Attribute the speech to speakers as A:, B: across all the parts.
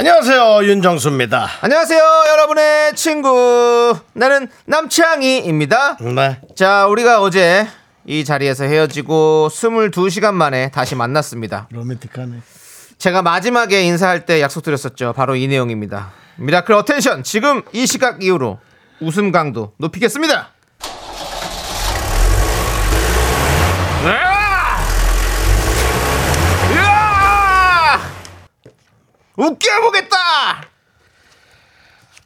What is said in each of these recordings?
A: 안녕하세요 윤정수입니다.
B: 안녕하세요, 여러분의 친구. 나는 남창희입니다.
A: 네.
B: 자, 우리가 어제 이 자리에서 헤어지고 22시간 만에 다시 만났습니다.
A: 로맨틱하네.
B: 제가 마지막에 인사할 때 약속드렸었죠. 바로 이 내용입니다. 미라클 어텐션. 지금 이 시각 이후로 웃음 강도 높이겠습니다. 으아! 으아! 웃겨보겠다!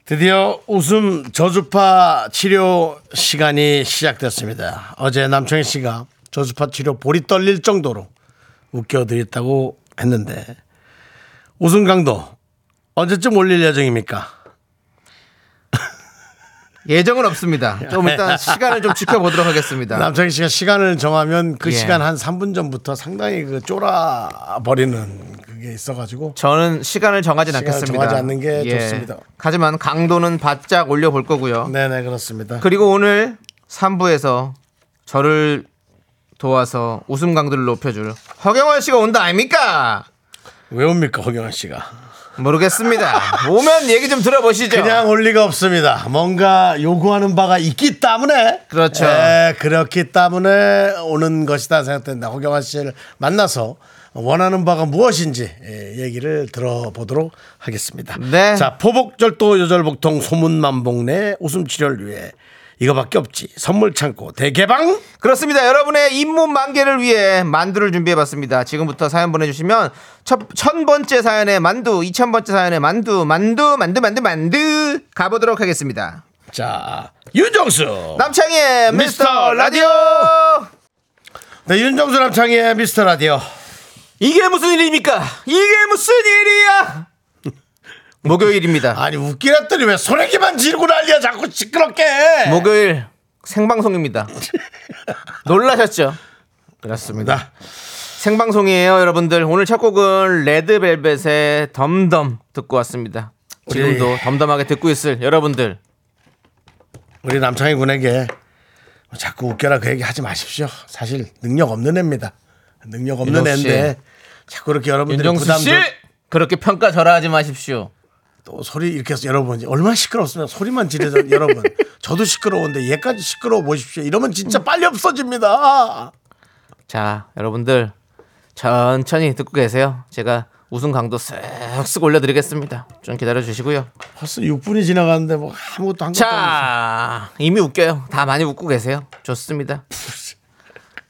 A: 드디어 웃음 저주파 치료 시간이 시작됐습니다. 어제 남청희 씨가 저주파 치료 볼이 떨릴 정도로 웃겨드렸다고 했는데 웃음 강도 언제쯤 올릴 예정입니까?
B: 예정은 없습니다. 좀 일단 시간을 좀 지켜보도록 하겠습니다.
A: 남창희 씨가 시간을 정하면 그
B: 예.
A: 시간 한 3분 전부터 상당히 그 쫄아 버리는 그게 있어가지고
B: 저는 시간을 정하진
A: 시간을
B: 않겠습니다. 예.
A: 정하지 않는 게 좋습니다.
B: 하지만 강도는 바짝 올려볼 거고요.
A: 네네 그렇습니다.
B: 그리고 오늘 3부에서 저를 도와서 웃음 강도를 높여줄 허경환 씨가 온다 아닙니까?
A: 왜 옵니까 허경환 씨가?
B: 모르겠습니다. 오면 얘기 좀 들어보시죠.
A: 그냥 올 리가 없습니다. 뭔가 요구하는 바가 있기 때문에
B: 그렇죠.
A: 예, 그렇기 때문에 오는 것이다 생각된다. 허경환 씨를 만나서 원하는 바가 무엇인지 예, 얘기를 들어보도록 하겠습니다.
B: 네.
A: 자, 포복절도 요절복통 소문만복내 웃음 치료를 위해 이거밖에 없지. 선물 창고 대개방.
B: 그렇습니다. 여러분의 잇몸 만개를 위해 만두를 준비해봤습니다. 지금부터 사연 보내주시면 첫, 천 번째 사연에 만두, 이천 번째 사연에 만두, 만두, 만두, 만두, 만두 가보도록 하겠습니다.
A: 자, 윤정수.
B: 남창희의 미스터 라디오.
A: 네, 윤정수 남창희의 미스터 라디오.
B: 이게 무슨 일입니까? 이게 무슨 일이야? 목요일입니다.
A: 아니 웃기랬더니 왜 소리기만 지르고 난리야 자꾸 시끄럽게.
B: 예.
A: 해.
B: 목요일 생방송입니다. 놀라셨죠? 그렇습니다.
A: 나.
B: 생방송이에요, 여러분들. 오늘 첫 곡은 레드벨벳의 덤덤 듣고 왔습니다.
A: 예.
B: 지금도 덤덤하게 듣고 있을 여러분들.
A: 우리 남창희 군에게 자꾸 웃겨라 그 얘기 하지 마십시오. 사실 능력 없는 애입니다. 능력 없는
B: 윤정 씨.
A: 애인데 자꾸 이렇게 여러분들이
B: 윤정수 씨
A: 부담도
B: 그렇게 평가절하하지 마십시오.
A: 또 소리 이렇게 해서 여러분 얼마나 시끄럽습니까? 소리만 지르자 여러분. 저도 시끄러운데 얘까지 시끄러워 보십시오. 이러면 진짜 빨리 없어집니다. 아!
B: 자, 여러분들 천천히 듣고 계세요. 제가 웃음 강도 쓱쓱 올려드리겠습니다. 좀 기다려 주시고요.
A: 벌써 6분이 지나갔는데 뭐 아무것도 한 것도 없어.
B: 자,
A: 음,
B: 이미 웃겨요. 다 많이 웃고 계세요. 좋습니다.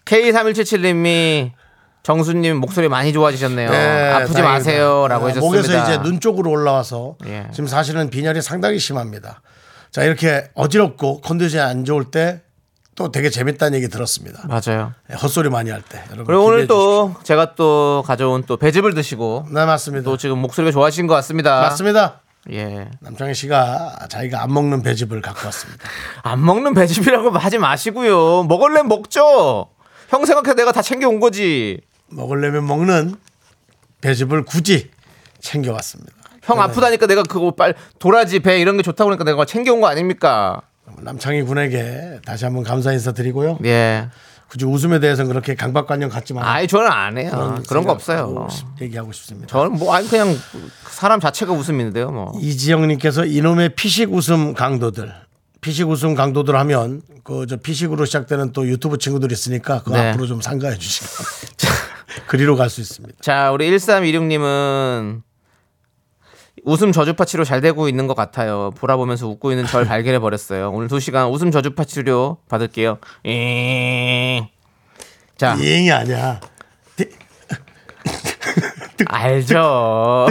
B: K3177님이 정수님 목소리 많이 좋아지셨네요. 아프지 마세요라고 해줬습니다.
A: 네, 목에서 이제 눈 쪽으로 올라와서
B: 예.
A: 지금 사실은 빈혈이 상당히 심합니다. 자 이렇게 어지럽고 컨디션이 안 좋을 때 또 되게 재밌다는 얘기 들었습니다.
B: 맞아요.
A: 예, 헛소리 많이 할 때. 여러분
B: 그리고
A: 기대해
B: 오늘 또 제가 또 가져온 또 배즙을 드시고
A: 주십시오. 네 맞습니다.
B: 또 지금 목소리가 좋아지신 것 같습니다.
A: 맞습니다.
B: 예.
A: 남창희 씨가 자기가 안 먹는 배즙을 갖고 왔습니다.
B: 안 먹는 배즙이라고 하지 마시고요. 먹을래 먹죠. 형 생각해 내가 다 챙겨온 거지.
A: 먹으려면 먹는 배즙을 굳이 챙겨왔습니다.
B: 형 아프다니까 내가 그거 빨 도라지 배 이런 게 좋다고 그러니까 내가 챙겨온 거 아닙니까?
A: 남창희 군에게 다시 한번 감사 인사 드리고요.
B: 예.
A: 굳이 웃음에 대해서는 그렇게 강박관념 갖지 마.
B: 아이 저는 안 해요. 그런, 거 없어요.
A: 얘기하고 싶습니다.
B: 저는 뭐 아니 그냥 사람 자체가 웃음인데요. 뭐.
A: 이지영님께서 이놈의 피식 웃음 강도들. 피식 웃음 강도들 하면 그 저 피식으로 시작되는 또 유튜브 친구들 있으니까 그
B: 네.
A: 앞으로 좀 상가해 주시기 바랍니다. 그리로 갈 수 있습니다.
B: 자, 우리 1326님은 웃음 저주파 치료 잘 되고 있는 것 같아요. 보라 보면서 웃고 있는 절 발견해 버렸어요. 오늘 2시간 웃음 저주파 치료 받을게요. 잉. 자,
A: 이행이 아니야.
B: 알죠.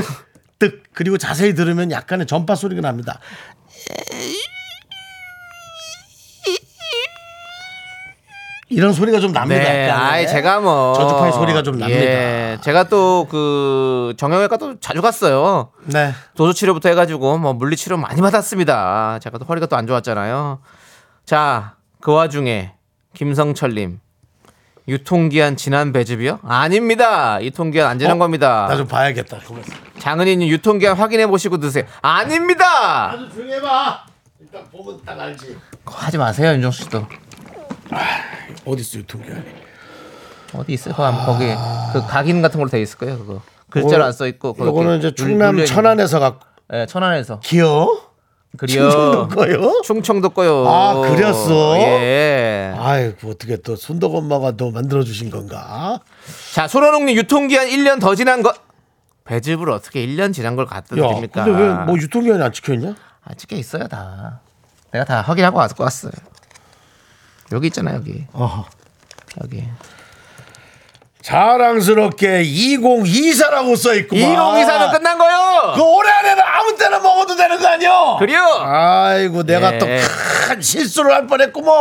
A: 뜨 그리고 자세히 들으면 약간의 전파 소리가 납니다. 이런 소리가 좀 납니다.
B: 네,
A: 약간.
B: 아이 제가 뭐
A: 예. 저주파의 소리가 좀 납니다.
B: 예, 제가 또 그 정형외과도 자주 갔어요.
A: 네.
B: 도수 치료부터 해가지고 뭐 물리 치료 많이 받았습니다. 제가 또 허리가 또 안 좋았잖아요. 자, 그 와중에 김성철님 유통기한 지난 배즙이요? 아닙니다. 유통기한 안 지난
A: 어?
B: 겁니다.
A: 나 좀 봐야겠다. 그만.
B: 장은이님 유통기한 확인해 보시고 드세요. 아닙니다.
A: 아주 조용히 해봐. 일단 보고 딱 알지.
B: 그거 하지 마세요, 윤정수 씨도.
A: 어디 있어 유통기한이?
B: 어디 있어요? 거기, 아마 거기 그 각인 같은 걸로 돼 있을 거예요. 그거 글자로 안 써 있고. 그거
A: 요거는
B: 이렇게
A: 이제 충남
B: 눌려 있는 거.
A: 천안에서 갖고
B: 예, 천안에서.
A: 기어 충청도
B: 그려.
A: 거요.
B: 충청도 거요.
A: 아, 그렸어?
B: 예.
A: 아유 그 어떻게 또 순덕 엄마가 또 만들어 주신 건가?
B: 자, 소련홍님 유통기한 1년 더 지난 것. 배즙을 어떻게 1년 지난 걸 갖다
A: 야,
B: 드립니까?
A: 근데 왜 뭐 유통기한이 안 지켰냐?
B: 아, 찍혀 있어요, 다. 내가 다 확인하고 왔- 왔어요. 여기 있잖아, 여기.
A: 어허.
B: 여기.
A: 자랑스럽게 2024라고 써 있고.
B: 2024는 끝난 거요!
A: 그 올해 안에는 아무 때나 먹어도 되는 거 아니요?
B: 그래요!
A: 아이고 내가
B: 예.
A: 또 큰 실수를 할 뻔했구먼.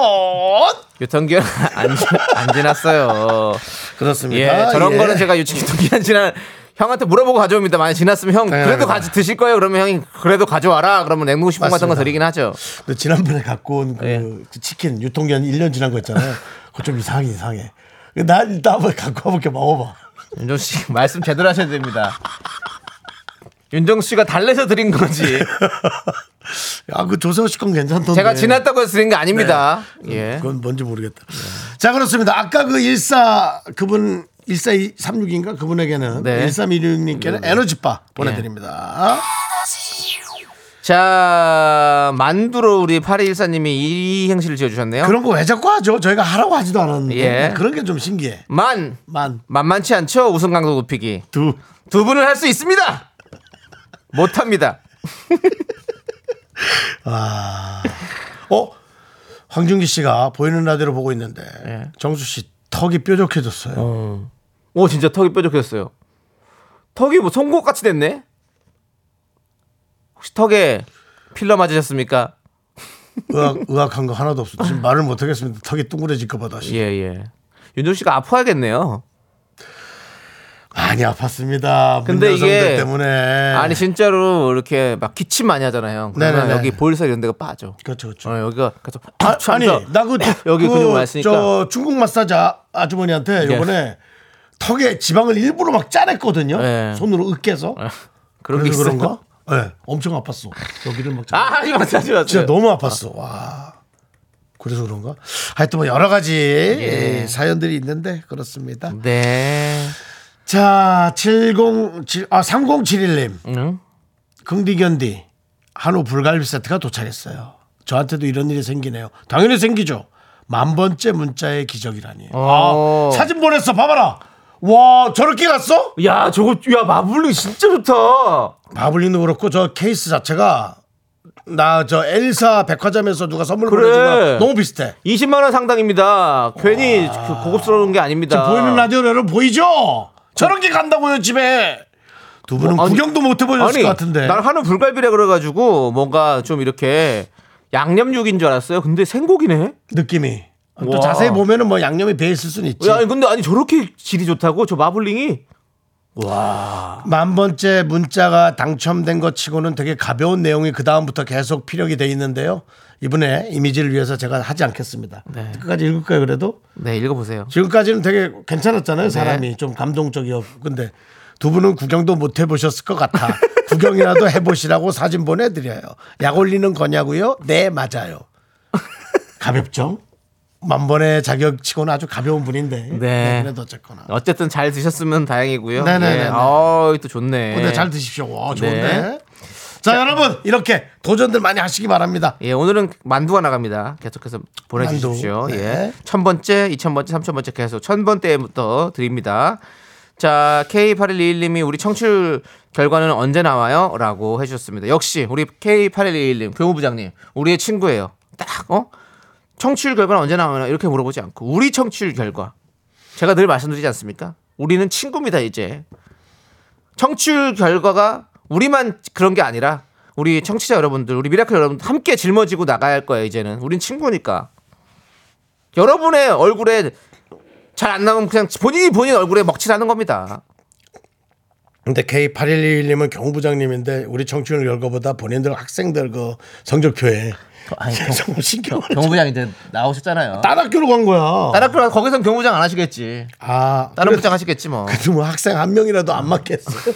B: 유통기한 안, 지- 안 지났어요. 예,
A: 그렇습니다.
B: 저런
A: 예.
B: 거는 제가 유- 유통기한 지난 형한테 물어보고 가져옵니다. 만약 지났으면 형 그래도
A: 당연합니다.
B: 가지 드실 거예요. 그러면 형이 그래도 가져와라. 그러면 냉동식품 같은 거
A: 맞습니다.
B: 드리긴 하죠.
A: 근데 지난번에 갖고 온 그
B: 예.
A: 치킨 유통기한 1년 지난 거 있잖아요. 그거 좀 이상해 이상해. 난 일단 한번 갖고 와볼게 먹어봐.
B: 윤정 씨 말씀 제대로 하셔야 됩니다. 윤정 씨가 달래서 드린 거지.
A: 야그 조세호 씨건 괜찮던데.
B: 제가 지났다고 해서 드린 게 아닙니다. 예.
A: 네. 그건 뭔지 모르겠다.
B: 네.
A: 자 그렇습니다. 아까 그 일사 그분 1436인가 그분에게는
B: 네. 예.
A: 1316님께는 에너지바 보내드립니다.
B: 자, 만두로 우리 8214님이 이 행시를 지어주셨네요.
A: 그런 거 왜 자꾸 하죠? 저희가 하라고 하지도 않았는데
B: 예.
A: 그런 게 좀 신기해.
B: 만!
A: 만
B: 만만치 않죠? 우승 강도 높이기.
A: 두.
B: 두 분을 할 수 있습니다! 못합니다.
A: 어? 황준기 씨가 보이는 라디오를 보고 있는데
B: 예.
A: 정수 씨 턱이 뾰족해졌어요.
B: 오, 진짜 턱이 뾰족해졌어요. 턱이 뭐 송곳같이 됐네? 혹시 턱에 필러 맞으셨습니까?
A: 의학, 의학한 거 하나도 없어. 지금 말을 못 하겠습니다. 턱이 둥그레질까 봐 다시.
B: 예, 예. 윤종 씨가 아파야겠네요.
A: 많이 아팠습니다.
B: 근데 이게-
A: 문제들 때문에.
B: 아니 진짜로 이렇게 막 기침 많이 하잖아요. 그러면
A: 네. 네네네.
B: 여기 볼살 이런 데가 빠져.
A: 그렇죠, 그렇죠.
B: 어, 여기가 계속
A: 아, 아니,
B: 하면서
A: 나그
B: 여기 근육 많으니까. 예.
A: 저 중국 마사지 아- 아주머니한테 요번에 턱에 지방을 일부러 막 짜냈거든요.
B: 예.
A: 손으로 으깨서.
B: 그런 게
A: 그래서
B: 있어요.
A: 그런가? 예. 엄청 아팠어. 여기를 막 짜.
B: 아, 하지 마세요. 하지 마세요.
A: 진짜 너무 아팠어. 와. 그래서 그런가? 하여튼 뭐 여러 가지 예, 사연들이 있는데 그렇습니다.
B: 네.
A: 자, 707, 아, 3071님.
B: 응?
A: 긍디견디. 한우 불갈비 세트가 도착했어요. 저한테도 이런 일이 생기네요. 당연히 생기죠. 만 번째 문자의 기적이라니.
B: 오.
A: 아, 사진 보냈어. 봐봐라. 와, 저렇게 갔어?
B: 야, 저거 야 마블링 진짜 좋다.
A: 바블링도 그렇고 저 케이스 자체가 나 저 엘사 백화점에서 누가 선물
B: 그래.
A: 보내준 거 너무 비슷해.
B: 20만 원 상당입니다. 괜히 그 고급스러운 게 아닙니다.
A: 지금 보이는 라디오 여러분 보이죠? 저런 게 간다고요 집에 두 분은
B: 어, 아니,
A: 구경도 못 해보셨을
B: 아니,
A: 것 같은데
B: 난 한우 불갈비라 그래가지고 뭔가 좀 이렇게 양념육인 줄 알았어요. 근데 생고기네.
A: 느낌이 또
B: 와.
A: 자세히 보면은 뭐 양념이 배에 있을 수는 있지
B: 야, 아니, 근데 아니 저렇게 질이 좋다고 저 마블링이
A: 만 번째 문자가 당첨된 것 치고는 되게 가벼운 내용이 그 다음부터 계속 피력이 돼 있는데요 이번에 이미지를 위해서 제가 하지 않겠습니다 끝까지 읽을까요 그래도
B: 네 읽어보세요.
A: 지금까지는 되게 괜찮았잖아요 사람이 좀 감동적이었고 근데 두 분은 구경도 못 해보셨을 것 같아 구경이라도 해보시라고 사진 보내드려요 약 올리는 거냐고요 네 맞아요 가볍죠 만번의 자격치고는 아주 가벼운 분인데 네, 그래도 어쨌거나
B: 어쨌든 잘 드셨으면 다행이고요.
A: 네네네네.
B: 예. 아, 또 좋네.
A: 근데 잘 드십시오 와 좋은데
B: 네.
A: 자 여러분 이렇게 도전들 많이 하시기 바랍니다
B: 예, 오늘은 만두가 나갑니다. 계속해서 보내주십시오.
A: 만두,
B: 예.
A: 네.
B: 천 번째, 이천 번째, 삼천 번째 계속 천 번째부터 드립니다. 자, K8121님이 우리 청취율 결과는 언제 나와요? 라고 해주셨습니다. 역시 우리 K8121님, 교무부장님, 우리의 친구예요. 딱, 어? 청취율 결과는 언제 나오나 이렇게 물어보지 않고 우리 청취율 결과 제가 늘 말씀드리지 않습니까? 우리는 친구입니다 이제 청취율 결과가 우리만 그런 게 아니라 우리 청취자 여러분들 우리 미라클 여러분들 함께 짊어지고 나가야 할 거예요 이제는 우린 친구니까 여러분의 얼굴에 잘 안 나오면 그냥 본인이 본인 얼굴에 먹칠하는 겁니다.
A: 근데 K8121님은 경부장님인데 우리 청춘을 열거보다 본인들 학생들 그 성적표에
B: 아니,
A: 정말 신경을
B: 경호부장 이제 나오셨잖아요.
A: 딴 학교로 간 거야.
B: 다른 학 거기선 경호부장 안 하시겠지.
A: 아,
B: 다른
A: 그래-
B: 부장 하시겠지 뭐.
A: 그래도 뭐 학생 한 명이라도 안 맞겠어.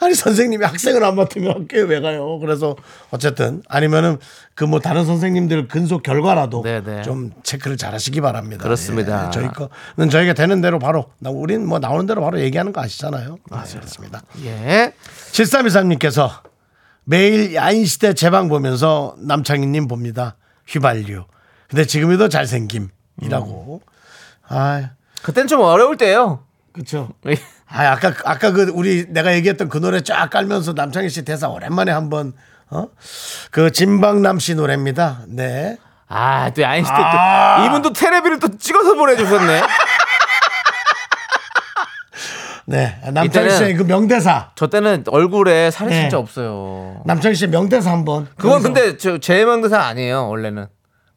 A: 아니 선생님이 학생을 안 맡으면 학교에 왜 가요? 그래서 어쨌든 아니면은 그 뭐 다른 선생님들 근속 결과라도
B: 네네.
A: 좀 체크를 잘하시기 바랍니다.
B: 그렇습니다.
A: 예, 저희 거는 저희가 되는 대로 바로 나 우린 뭐 나오는 대로 바로 얘기하는 거 아시잖아요. 아, 그렇습니다.
B: 예.
A: 7323님께서 매일 야인시대 재방 보면서 남창희님 봅니다. 휘발유. 근데 지금이 더 잘생김이라고.
B: 음.
A: 아,
B: 그땐 좀 어려울 때예요.
A: 그렇죠.
B: 예.
A: 아, 아까 그- 아까 그 우리 내가 얘기했던 그 노래 쫙 깔면서 남창희 씨 대사 오랜만에 한번 어? 그 진방남 씨 노래입니다. 네.
B: 아, 또 아인슈타인
A: 아.
B: 또 이분도 테레비를 또 찍어서 보내주셨네.
A: 네. 남창희
B: 이때는-
A: 씨의 그 명대사.
B: 저 때는 얼굴에 살이
A: 네.
B: 진짜 없어요.
A: 남창희 씨의 명대사 한번.
B: 그건
A: 여기서-
B: 근데 저 제명대사 아니에요 원래는.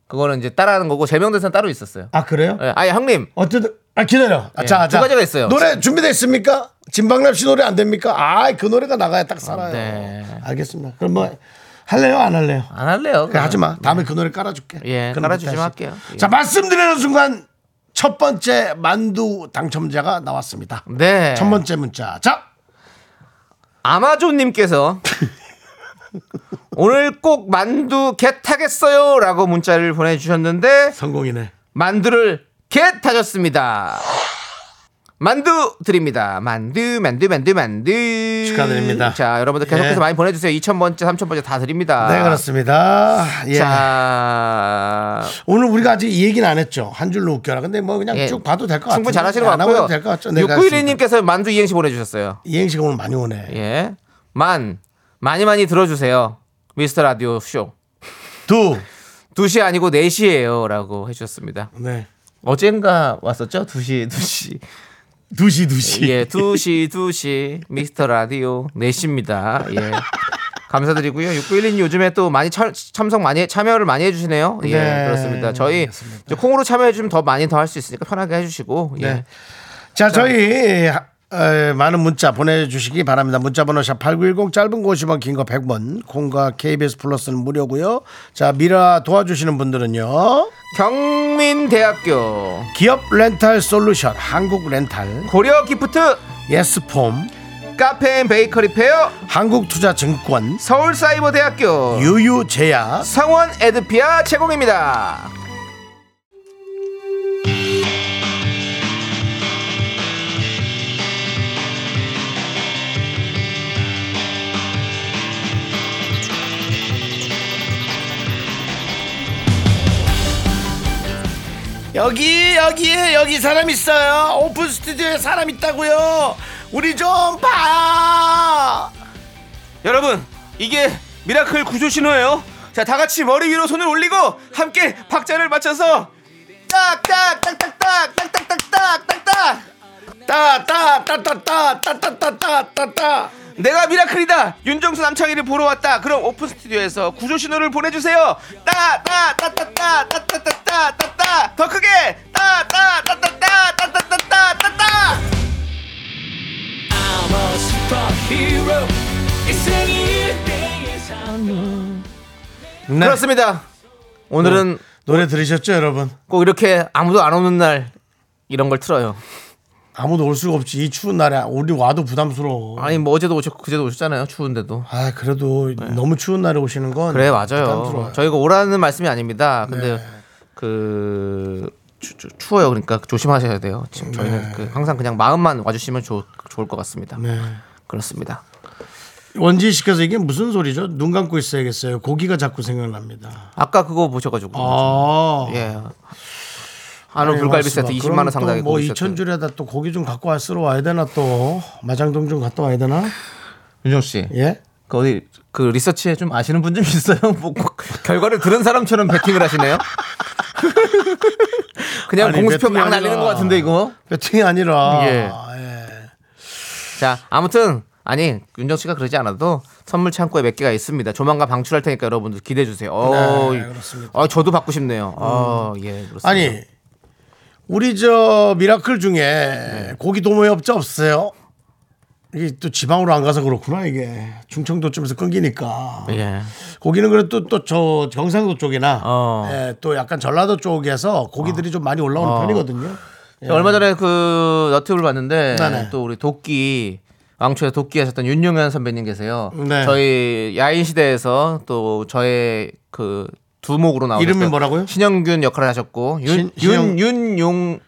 B: 그거는 이제 따라하는 거고 제명대사는 따로 있었어요.
A: 아, 그래요?
B: 예, 아예 형님
A: 어쨌든 아 기다려. 아,
B: 예,
A: 자,
B: 두
A: 자.
B: 가지가 있어요.
A: 노래 준비돼 있습니까? 진방남 씨 노래 안 됩니까? 아, 그 노래가 나가야 딱 살아요.
B: 네.
A: 알겠습니다. 그럼 뭐 할래요? 안 할래요?
B: 안 할래요.
A: 그래,
B: 그냥.
A: 하지 마. 다음에 그 노래 깔아줄게.
B: 예,
A: 그럼
B: 깔아주시면
A: 그때
B: 할게요.
A: 하시-
B: 예.
A: 자, 말씀드리는 순간 첫 번째 만두 당첨자가 나왔습니다.
B: 네.
A: 첫 번째 문자. 자,
B: 아마존님께서 오늘 꼭 만두 겟 타겠어요라고 문자를 보내주셨는데
A: 성공이네.
B: 만두를 겟 타셨습니다. 만두 드립니다. 만두, 만두, 만두, 만두.
A: 축하드립니다.
B: 자, 여러분들 계속해서
A: 예.
B: 많이 보내주세요. 2,000번째, 3,000번째 다 드립니다.
A: 네, 그렇습니다. 예.
B: 자,
A: 오늘 우리가 아직 이 얘기는 안 했죠. 한 줄로 웃겨라. 근데 뭐 그냥
B: 예.
A: 쭉 봐도 될 것 같아요.
B: 충분히 잘하시는 것
A: 안
B: 같고요.
A: 하고 될것 같죠. 네,
B: 6912님께서 만두 이행시 보내주셨어요.
A: 이행시가 오늘 많이 오네.
B: 예. 만, 많이 많이 들어주세요. 미스터 라디오 쇼.
A: 두.
B: 2시 아니고 4시예요 라고 해주셨습니다.
A: 네.
B: 어젠가 왔었죠? 2시, 2시.
A: 두시 두시.
B: 예, 2시, 2시. 미스터 라디오 4시입니다. 예. 감사드리고요. 6912님 요즘에 또 많이 참, 석 많이 참여를 많이 해주시네요. 예,
A: 네,
B: 그렇습니다. 저희
A: 알겠습니다.
B: 이제 콩으로 참여해주면 더 많이 더 할 수 있으니까 편하게 해주시고 예.
A: 네. 자, 저희 어, 많은 문자 보내주시기 바랍니다. 문자번호 샵 8910 짧은 거 50원 긴 거 100원 콩과 KBS 플러스는 무료고요. 자, 미라 도와주시는 분들은요.
B: 경민대학교
A: 기업 렌탈 솔루션 한국 렌탈
B: 고려 기프트
A: 예스폼
B: 카페 앤 베이커리 페어
A: 한국투자증권
B: 서울사이버대학교
A: 유유제약
B: 성원 에드피아 제공입니다.
A: 여기 여기에 여기 사람 있어요. 오픈 스튜디오에 사람 있다고요. 우리 좀 봐.
B: 여러분 이게 미라클 구조 신호예요. 자 다 같이 머리 위로 손을 올리고 함께 박자를 맞춰서 딱딱딱딱딱딱딱딱딱딱딱
A: 따따따따따따따따따따.
B: 내가 미라클이다 윤정수 남창희를 보러 왔다 그럼 오픈 스튜디오에서 구조 신호를 보내주세요 따따따따따따따따따따 더 크게 따따따따따따따따따따
A: 네.
B: 그렇습니다 오늘은
A: 노래 들으셨죠, 여러분?
B: 꼭 이렇게 아무도 안 오는 날 이런 걸 틀어요
A: 아무도 올 수가 없지. 이 추운 날에 우리 와도 부담스러워.
B: 아니 뭐 어제도 오셨 그제도 오셨잖아요 추운데도
A: 아, 그래도 너무 추운 날에 오시는 건
B: 네. 그래 맞아요
A: 부담스러워요. 네.
B: 저희가 오라는 말씀이 아닙니다 근데 그 추, 워요 그러니까 조심하셔야 돼요 지금 저희는 그 항상 그냥 마음만 와주시면 좋, 좋을 것 같습니다
A: 네.
B: 그렇습니다
A: 원지 씨께서 이게 무슨 소리죠? 눈 감고 있어야겠어요. 고기가 자꾸 생각납니다.
B: 아까 그거 보셔가지고
A: 아. 네,
B: 예 한우 불갈비 세트 20만 원 상당의
A: 뭐
B: 고기 세트
A: 2천 줄에다 또 고기 좀 갖고 와 쓰러 와야 되나 또 마장동 좀 갔다 와야 되나
B: 윤정 씨
A: 예
B: 그 어디 그 리서치에 좀 아시는 분 좀 있어요? 뭐 꼭 결과를 들은 사람처럼 베팅을 하시네요? 그냥
A: 아니,
B: 공수표
A: 베팅이
B: 막
A: 아니라.
B: 날리는 것 같은데 이거.
A: 배팅이 아니라
B: 예.
A: 예.
B: 자 아무튼 아니 윤정 씨가 그러지 않아도 선물 창고에 몇 개가 있습니다. 조만간 방출할 테니까 여러분들 기대해 주세요. 어,
A: 네, 그렇습니다. 음.
B: 아, 저도 받고 싶네요. 아, 예, 그렇습니다.
A: 아니 우리 저 미라클 중에
B: 네.
A: 고기 도모협자 없어요? 이게 또 지방으로 안 가서 그렇구나 이게 충청도 쪽에서 끊기니까
B: 예.
A: 고기는 그래도 또 저 경상도 쪽이나
B: 어. 아.
A: 예, 또 약간 전라도 쪽에서 고기들이 좀 많이 올라오는 편이거든요. 예.
B: 얼마 전에 그 너튜브를 봤는데
A: 네네.
B: 또 우리 도끼 왕초에 도끼 하셨던 윤용현 선배님 계세요.
A: 네.
B: 저희 야인 시대에서 또 저의 그 두목으로 나오셨던
A: 이름이 뭐라고요?
B: 신영균 역할을 하셨고
A: 신- 신영-
B: 윤윤윤용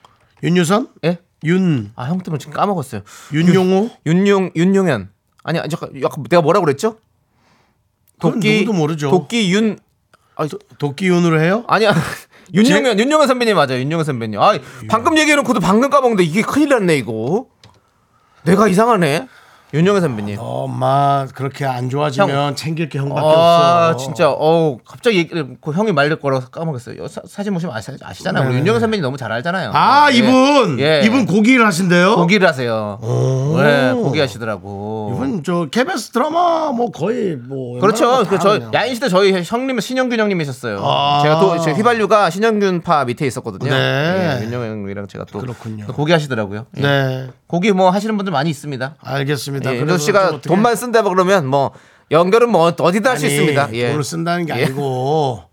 A: 윤유선,
B: 예?
A: 윤,
B: 아, 형 때문에 지금 까먹었어요.
A: 윤용호,
B: 윤용 윤용현. 아니, 아니, 잠깐 약간 내가 뭐라고 그랬죠?
A: 그건 누구도 모르죠.
B: 도끼 윤 아니,
A: 도끼윤으로 해요?
B: 아니야. 윤용현, 윤용현 선배님 맞아요. 윤용현 선배님.
A: 예.
B: 아, 방금 얘기해놓고도 방금 까먹는데 이게 큰일 났네, 이거. 내가 이상하네. 윤용현 선배님.
A: 엄마 그렇게 안 좋아지면 챙길 게 형밖에
B: 아,
A: 없어.
B: 진짜. 어우, 갑자기 얘기를, 그 형이 말릴 거라서 까먹었어요. 여- 사, 사진 보시면 아시, 아시잖아요. 우리 윤용현 선배님 너무 잘 알잖아요.
A: 네. 아
B: 예.
A: 이분
B: 예.
A: 이분 고기를 하신대요.
B: 고기를 하세요. 네, 고기 하시더라고.
A: 이분 저 KBS 드라마 뭐 거의 뭐
B: 그렇죠.
A: 웬만한 거다
B: 그저
A: 하네요.
B: 야인 시대 저희 형님은 신영균 형님이셨어요.
A: 아.
B: 제가 또 제 휘발유가 신영균파 밑에 있었거든요.
A: 네.
B: 예, 윤영 형이랑 제가 또
A: 그렇군요.
B: 또 고기 하시더라고요. 예.
A: 네
B: 고기 뭐 하시는 분들 많이 있습니다.
A: 알겠습니다.
B: 예, 윤정
A: 그래서
B: 씨가
A: 좀 어떻게-
B: 돈만 쓴다 뭐 그러면 뭐 연결은 뭐 어디다 할 수
A: 아니,
B: 있습니다. 예.
A: 돈을 쓴다는 게
B: 예.
A: 아니고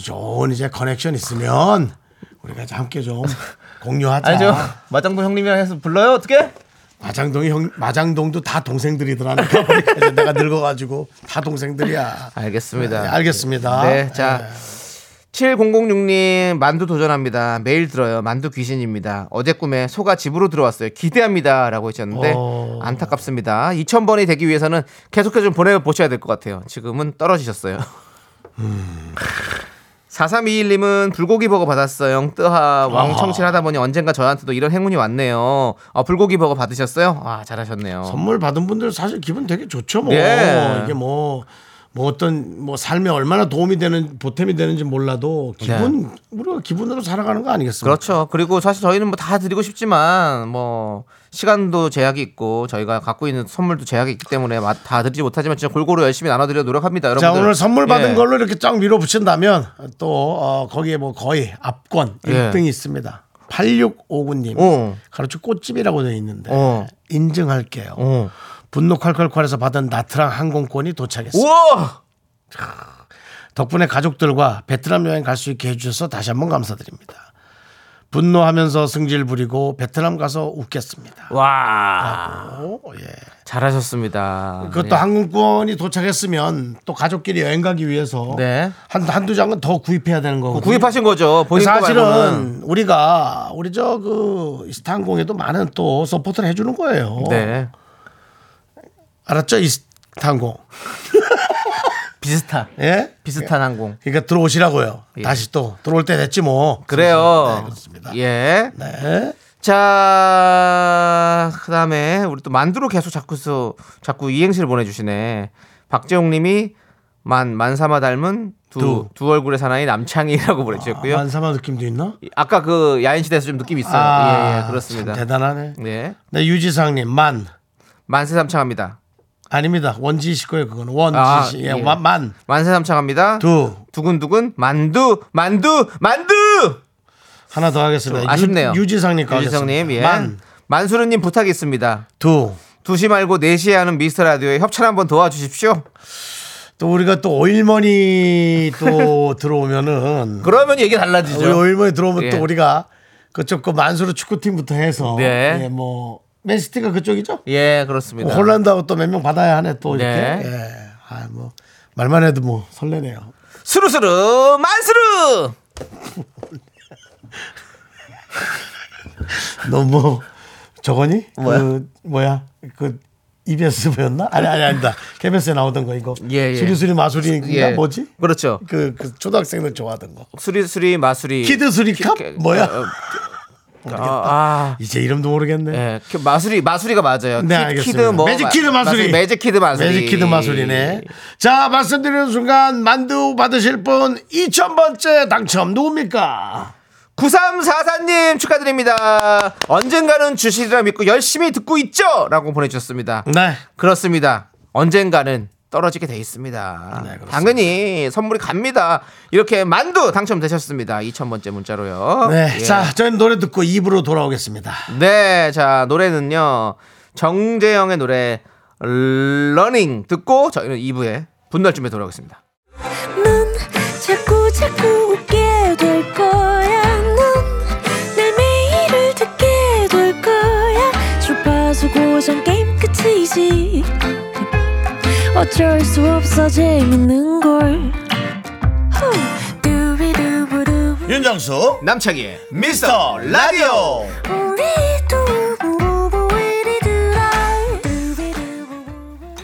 A: 좋은 이제 커넥션 있으면 우리가 이제 함께 좀 공유하자.
B: 아니죠. 마장동 형님이랑 해서 불러요. 어떻게?
A: 마장동이 형 마장동도 다 동생들이더라니까 보니까 이제 내가 늙어가지고 다 동생들이야.
B: 알겠습니다.
A: 네, 알겠습니다.
B: 아,
A: 예.
B: 네, 자. 7006님 만두 도전합니다. 매일 들어요. 만두 귀신입니다. 어제 꿈에 소가 집으로 들어왔어요. 기대합니다라고 하셨는데
A: 어.
B: 안타깝습니다. 2000번이 되기 위해서는 계속해서 좀 보내 보셔야 될 것 같아요. 지금은 떨어지셨어요. 4321님은 불고기 버거 받았어요. 뜨하 왕청칠 하다 보니 언젠가 저한테도 이런 행운이 왔네요. 아, 불고기 버거 받으셨어요? 아, 잘하셨네요.
A: 선물 받은 분들 사실 기분 되게 좋죠 뭐
B: 예.
A: 이게 뭐. 뭐 어떤 뭐 삶에 얼마나 도움이 되는 보탬이 되는지 몰라도
B: 네.
A: 기분 우리가 기분으로 살아가는 거 아니겠습니까?
B: 그렇죠. 그리고 사실 저희는 뭐 다 드리고 싶지만 뭐 시간도 제약이 있고 저희가 갖고 있는 선물도 제약이 있기 때문에 마- 다 드리지 못하지만 진짜 골고루 열심히 나눠드려 노력합니다. 여러분.
A: 자 오늘 선물 받은
B: 예.
A: 걸로 이렇게 쫙 밀어붙인다면 또 어, 거기에 뭐 거의 압권
B: 예.
A: 1등이 있습니다. 8659님
B: 어.
A: 가로축 꽃집이라고 돼 있는데
B: 어.
A: 인증할게요.
B: 어.
A: 분노 콸콸콸에서 받은 나트랑 항공권이 도착했습니다.
B: 우와.
A: 덕분에 가족들과 베트남 여행 갈 수 있게 해주셔서 다시 한번 감사드립니다. 분노하면서 승질 부리고 베트남 가서 웃겠습니다.
B: 와.
A: 오, 예.
B: 잘하셨습니다.
A: 그것도
B: 예.
A: 항공권이 도착했으면 또 가족끼리 여행 가기 위해서
B: 네.
A: 한, 한두 장은 더 구입해야 되는 거고
B: 구입하신 거죠. 본인 거 말고는.
A: 사실은 우리가 우리 저 그 이스타항공에도 많은 또 서포트를 해주는 거예요.
B: 네.
A: 알았죠 이스타항공?
B: 비슷한
A: 예?
B: 비슷한 항공.
A: 그러니까 들어오시라고요.
B: 예.
A: 다시 또 들어올 때 됐지 뭐.
B: 그래요.
A: 네, 그렇습니다.
B: 예.
A: 네.
B: 자, 그다음에 우리 또 만두로 계속 자꾸서 자꾸 이행시를 보내주시네. 박재홍 님이 만 만사마 닮은 두 두
A: 두.
B: 얼굴의 사나이 남창이라고 보내주셨고요.
A: 아, 만사마 느낌도 있나?
B: 아, 까그 야인 시대에서 좀 느낌이 있어요. 예, 예, 그렇습니다.
A: 아, 참 대단하네.
B: 네,
A: 네, 유지상님 만
B: 만세 삼창합니다.
A: 아닙니다. 원지 씨 거예요. 그거는 원지
B: 아,
A: 씨.
B: 예.
A: 예. 만, 만.
B: 만세 삼창합니다.
A: 두
B: 두근두근 만두 만두 만두.
A: 하나 더 하겠습니다. 유-
B: 아쉽네요.
A: 유지상님 거
B: 유지성님,
A: 하겠습니다.
B: 예.
A: 만
B: 만수르님 부탁이 있습니다.
A: 두.
B: 2시 말고 4시에 하는 미스터 라디오에 협찬 한번 도와주십시오.
A: 또 우리가 또 오일머니 또 들어오면은
B: 그러면 얘기
A: 아, 우리
B: 달라지죠.
A: 오일머니 들어오면
B: 예.
A: 또 우리가 그쪽 그 만수르 축구팀부터 해서
B: 네.
A: 예, 뭐 맨시티가 그쪽이죠? 뭐
B: 예,
A: 어,
B: 그렇습니다.
A: 홀란드하고 또 몇 명 받아야 하네 또 이렇게.
B: 네.
A: 예. 아 뭐 말만 해도 뭐 설레네요.
B: 스르스르 만스르
A: 너뭐 저거니?
B: 뭐야?
A: 그 뭐야? 그 EBS 보였나? 아니 아니 아니다. KBS에 나오던 거 이거.
B: 예, 예.
A: 수리수리 마술인가 뭐지?
B: 그렇죠.
A: 그, 그 초등학생들 좋아하던 거.
B: 수리수리 마수리.
A: 키드수리 컵 뭐야?
B: 어, 어, 아,
A: 이제 이름도 모르겠네.
B: 예, 그 마수리 마수리가 맞아요.
A: 네,
B: 키-
A: 알겠습니다.
B: 키드 뭐
A: 매직 키드
B: 마-
A: 마술이.
B: 매직 키드 마수리.
A: 매직키드 마술이네. 자, 말씀드리는 순간 만두 받으실 분 2000번째 당첨 누굽니까?
B: 9344님 축하드립니다. 언젠가는 주시리라 믿고 열심히 듣고 있죠? 라고 보내주셨습니다.
A: 네.
B: 그렇습니다. 언젠가는 떨어지게 돼 있습니다.
A: 네, 그렇습니다.
B: 당연히 선물이 갑니다. 이렇게 만두 당첨되셨습니다. 2000번째 문자로요.
A: 네.
B: 예.
A: 자, 저희는 노래 듣고 입으로 돌아오겠습니다.
B: 네, 자 노래는요 정재영의 노래 러닝 듣고 저희는 2부에 분노할쯤에 돌아오겠습니다.
C: 넌 자꾸 자꾸 웃게 될 거야. 넌내 매일을 듣게 될 거야. 주파수 고정 게임 끝이지. 어쩔 수 없어 재밌는 걸. 후. 두비두부두.
A: 윤정수
B: 남창희
A: 미스터 라디오.
C: 우리 두부부부 우리 두라. 두비두부부부.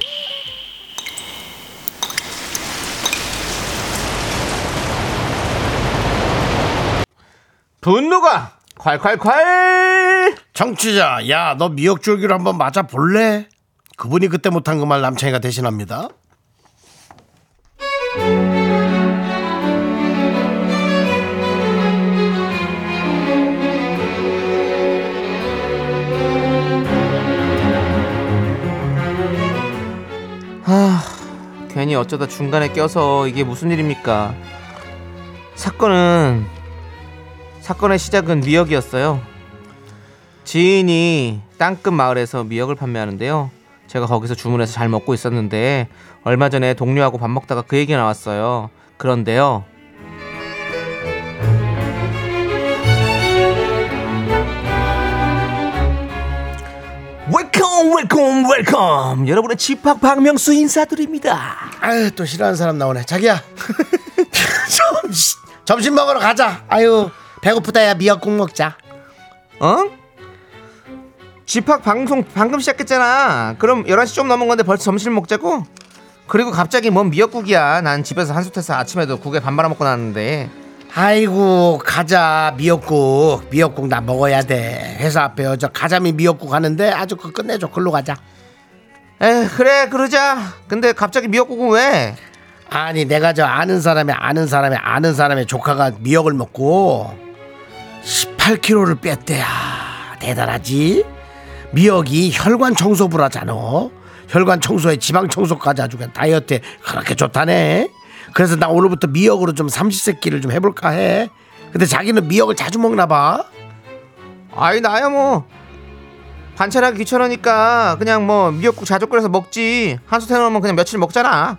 B: 분노가 콸콸콸
A: 정취자, 야, 너 미역줄기로 한번 맞아 볼래? 그분이 그때 못한 그 말 남창이가 대신합니다.
B: 괜히 어쩌다 중간에 껴서 이게 무슨 일입니까? 사건은 사건의 시작은 미역이었어요. 지인이 땅끝 마을에서 미역을 판매하는데요. 제가 거기서 주문해서 잘 먹고 있었는데 얼마 전에 동료하고 밥 먹다가 그 얘기가 나왔어요. 그런데요. 웰컴 웰컴 웰컴 여러분의 집합 박명수 인사드립니다.
A: 아유, 또 싫어하는 사람 나오네. 자기야. 점심, 점심 먹으러 가자. 아유, 배고프다, 야, 미역국 먹자.
B: 어? 집합 방송 방금 시작했잖아. 그럼 11시 좀 넘은 건데 벌써 점심 먹자고? 그리고 갑자기 뭔 미역국이야. 난 집에서 한솥 해서 아침에도 국에 밥 말아 먹고 나왔는데.
A: 아이고 가자 미역국 미역국 나 먹어야 돼 회사 앞에 저 가자미 미역국 하는데 아주 그 끝내줘 글로 가자
B: 에 그래 그러자. 근데 갑자기 미역국은 왜?
A: 아니 내가 저 아는 사람의 아는 사람의 아는 사람의 조카가 미역을 먹고 18kg를 뺐대야 대단하지 미역이 혈관 청소부라잖아 혈관 청소에 지방 청소까지 아주 그냥 다이어트에 그렇게 좋다네 그래서 나 오늘부터 미역으로 좀 삼시세끼를 좀 해볼까 해 근데 자기는 미역을 자주 먹나 봐
B: 아이 나야 뭐 반찬하기 귀찮으니까 그냥 뭐 미역국 자주 끓여서 먹지. 한솥 해놓으면 그냥 며칠 먹잖아.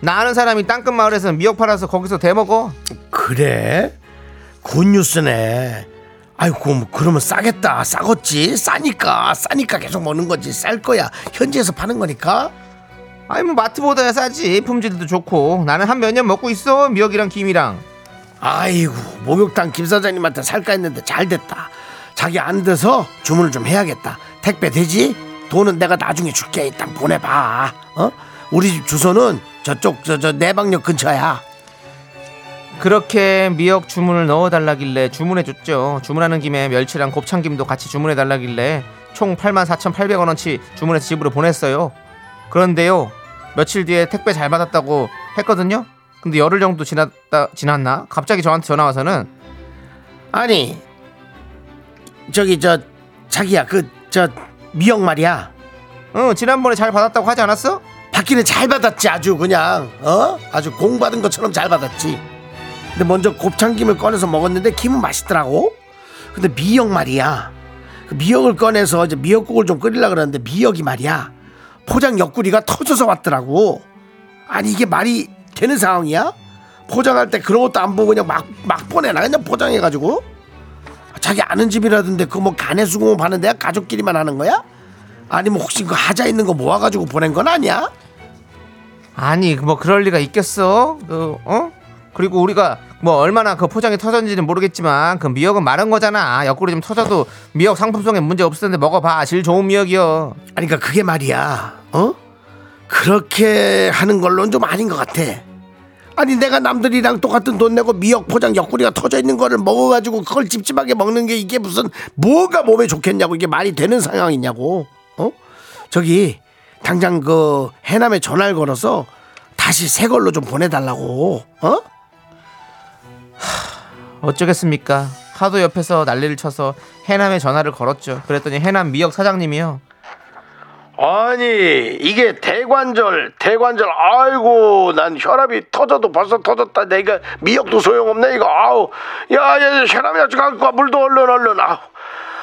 B: 나 아는 사람이 땅끝 마을에서 미역 팔아서 거기서 대 먹어.
A: 그래? 굿뉴스네. 아이고 뭐 그러면 싸겠다. 싸겠지. 싸니까 싸니까 계속 먹는 거지. 쌀 거야. 현지에서 파는 거니까.
B: 아니 뭐 마트보다 싸지 품질도 좋고 나는 한 몇 년 먹고 있어 미역이랑 김이랑
A: 아이고 목욕탕 김 사장님한테 살까 했는데 잘 됐다. 자기 안 돼서 주문을 좀 해야겠다. 택배 되지? 돈은 내가 나중에 줄게. 일단 보내봐. 어? 우리 집 주소는 저쪽 저 저 내방역 근처야.
B: 그렇게 미역 주문을 넣어달라길래 주문해줬죠 주문하는 김에 멸치랑 곱창김도 같이 주문해달라길래 총 84,800원어치 주문해서 집으로 보냈어요 그런데요 며칠 뒤에 택배 잘 받았다고 했거든요 근데 열흘 정도 지났다 지났나 갑자기 저한테 전화 와서는
A: 아니 저기 저 자기야 그 저 미역 말이야.
B: 응 어, 지난번에 잘 받았다고 하지 않았어?
A: 받기는 잘 받았지 아주 그냥 어 아주 공 받은 것처럼 잘 받았지 근데 먼저 곱창김을 꺼내서 먹었는데 김은 맛있더라고 근데 미역 말이야 그 미역을 꺼내서 이제 미역국을 좀 끓이려 그러는데 미역이 말이야 포장 옆구리가 터져서 왔더라고 아니 이게 말이 되는 상황이야 포장할 때 그런 것도 안 보고 그냥 막 막 보내나 그냥 포장해가지고 자기 아는 집이라던데 그 뭐 간에 수공업 하는 데야 가족끼리만 하는 거야 아니면 혹시 그 하자 있는 거 모아가지고 보낸 건 아니야?
B: 아니 뭐 그럴 리가 있겠어 그, 어? 그리고 우리가 뭐 얼마나 그 포장이 터졌는지는 모르겠지만 그 미역은 마른 거잖아 옆구리 좀 터져도 미역 상품성에 문제 없을 텐데 먹어봐 질 좋은 미역이요
A: 아니 그러니까 그게 말이야 어 그렇게 하는 걸로는 좀 아닌 것 같아 아니 내가 남들이랑 똑같은 돈 내고 미역 포장 옆구리가 터져 있는 거를 먹어가지고 그걸 찝찝하게 먹는 게 이게 무슨 뭐가 몸에 좋겠냐고 이게 말이 되는 상황이냐고 어 저기 당장 그 해남에 전화를 걸어서 다시 새 걸로 좀 보내달라고 어
B: 어쩌겠습니까 하도 옆에서 난리를 쳐서 해남에 전화를 걸었죠 그랬더니 해남 미역 사장님이요
A: 아니 이게 대관절 대관절 아이고 난 혈압이 터져도 벌써 터졌다 내가 미역도 소용없네 이거 아우 야야 혈압이 아주 갖고 와 물도 얼른 얼른 아우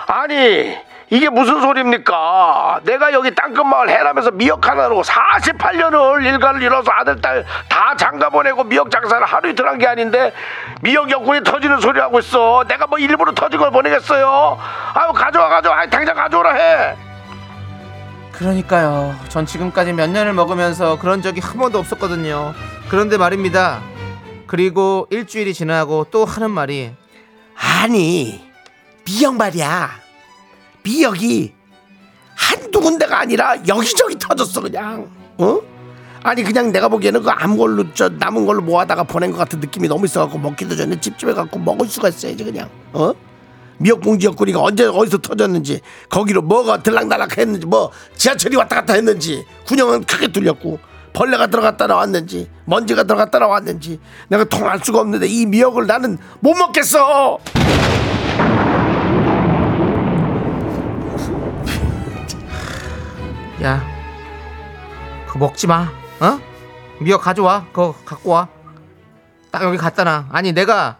A: 아니 이게 무슨 소리입니까 내가 여기 땅끝마을 해남에서 미역 하나로 48년을 일가를 잃어서 아들 딸 다 장가 보내고 미역 장사를 하루 이틀 한 게 아닌데 미역 역군이 터지는 소리 하고 있어 내가 뭐 일부러 터진 걸 보내겠어요 아우 가져와 가져와 아이, 당장 가져오라 해
B: 그러니까요. 전 지금까지 몇 년을 먹으면서 그런 적이 한 번도 없었거든요. 그런데 말입니다. 그리고 일주일이 지나고 또 하는 말이
A: 아니 미역 말이야 미역이 한두 군데가 아니라 여기저기 터졌어 그냥 어? 아니 그냥 내가 보기에는 그 암걸로 저 남은 걸로 모아다가 보낸 것 같은 느낌이 너무 있어갖고 먹기도 전에 찝찝해갖고 먹을 수가 있어야지 그냥 어? 미역봉지였구니가 언제 어디서 터졌는지 거기로 뭐가 들락날락 했는지 뭐 지하철이 왔다 갔다 했는지 군형은 크게 뚫렸고 벌레가 들어갔다 나왔는지 먼지가 들어갔다 나왔는지 내가 통할 수가 없는데 이 미역을 나는 못 먹겠어
B: 야, 그거 먹지 마. 어? 미역 가져와. 그거 갖고 와. 딱 여기 갖다 놔. 아니 내가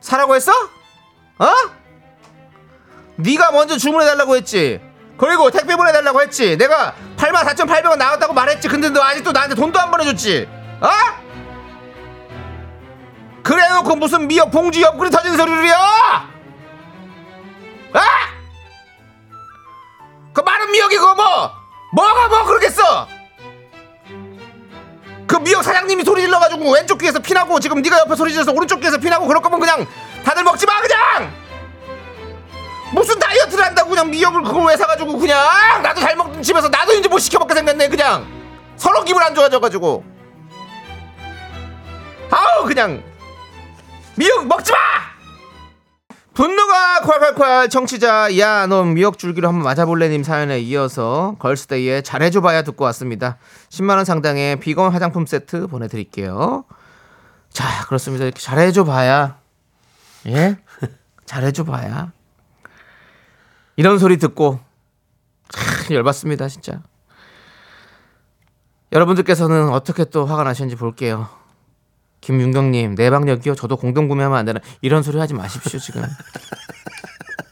B: 사라고 했어? 어? 네가 먼저 주문해 달라고 했지. 그리고 택배 보내 달라고 했지. 내가 84,800원 나왔다고 말했지. 근데 너 아직도 나한테 돈도 안 보내 줬지. 어? 그래 놓고 무슨 미역 봉지 옆구리 터진 소리를 해요? 아! 그 마른 미역이 그거 뭐 뭐가 뭐 그러겠어 그 미역 사장님이 소리 질러가지고 왼쪽 귀에서 피나고 지금 네가 옆에 소리 질러서 오른쪽 귀에서 피나고 그럴 거면 그냥 다들 먹지 마 그냥 무슨 다이어트를 한다고 그냥 미역을 그걸 왜 사가지고 그냥 나도 잘 먹는 집에서 나도 이제 못 시켜 먹게 생겼네 그냥 서로 기분 안 좋아져가지고 아우 그냥 미역 먹지 마 분노가 콸콸콸 청취자 야넌 미역 줄기로 한번 맞아볼래님 사연에 이어서 걸스데이의 잘해줘봐야 듣고 왔습니다 10만원 상당의 비건 화장품 세트 보내드릴게요 자 그렇습니다 이렇게 잘해줘봐야 예? 잘해줘봐야 이런 소리 듣고 참 열받습니다 진짜 여러분들께서는 어떻게 또 화가 나시는지 볼게요 김윤경님 내방역이요 저도 공동구매하면 안 되나 이런 소리 하지 마십시오 지금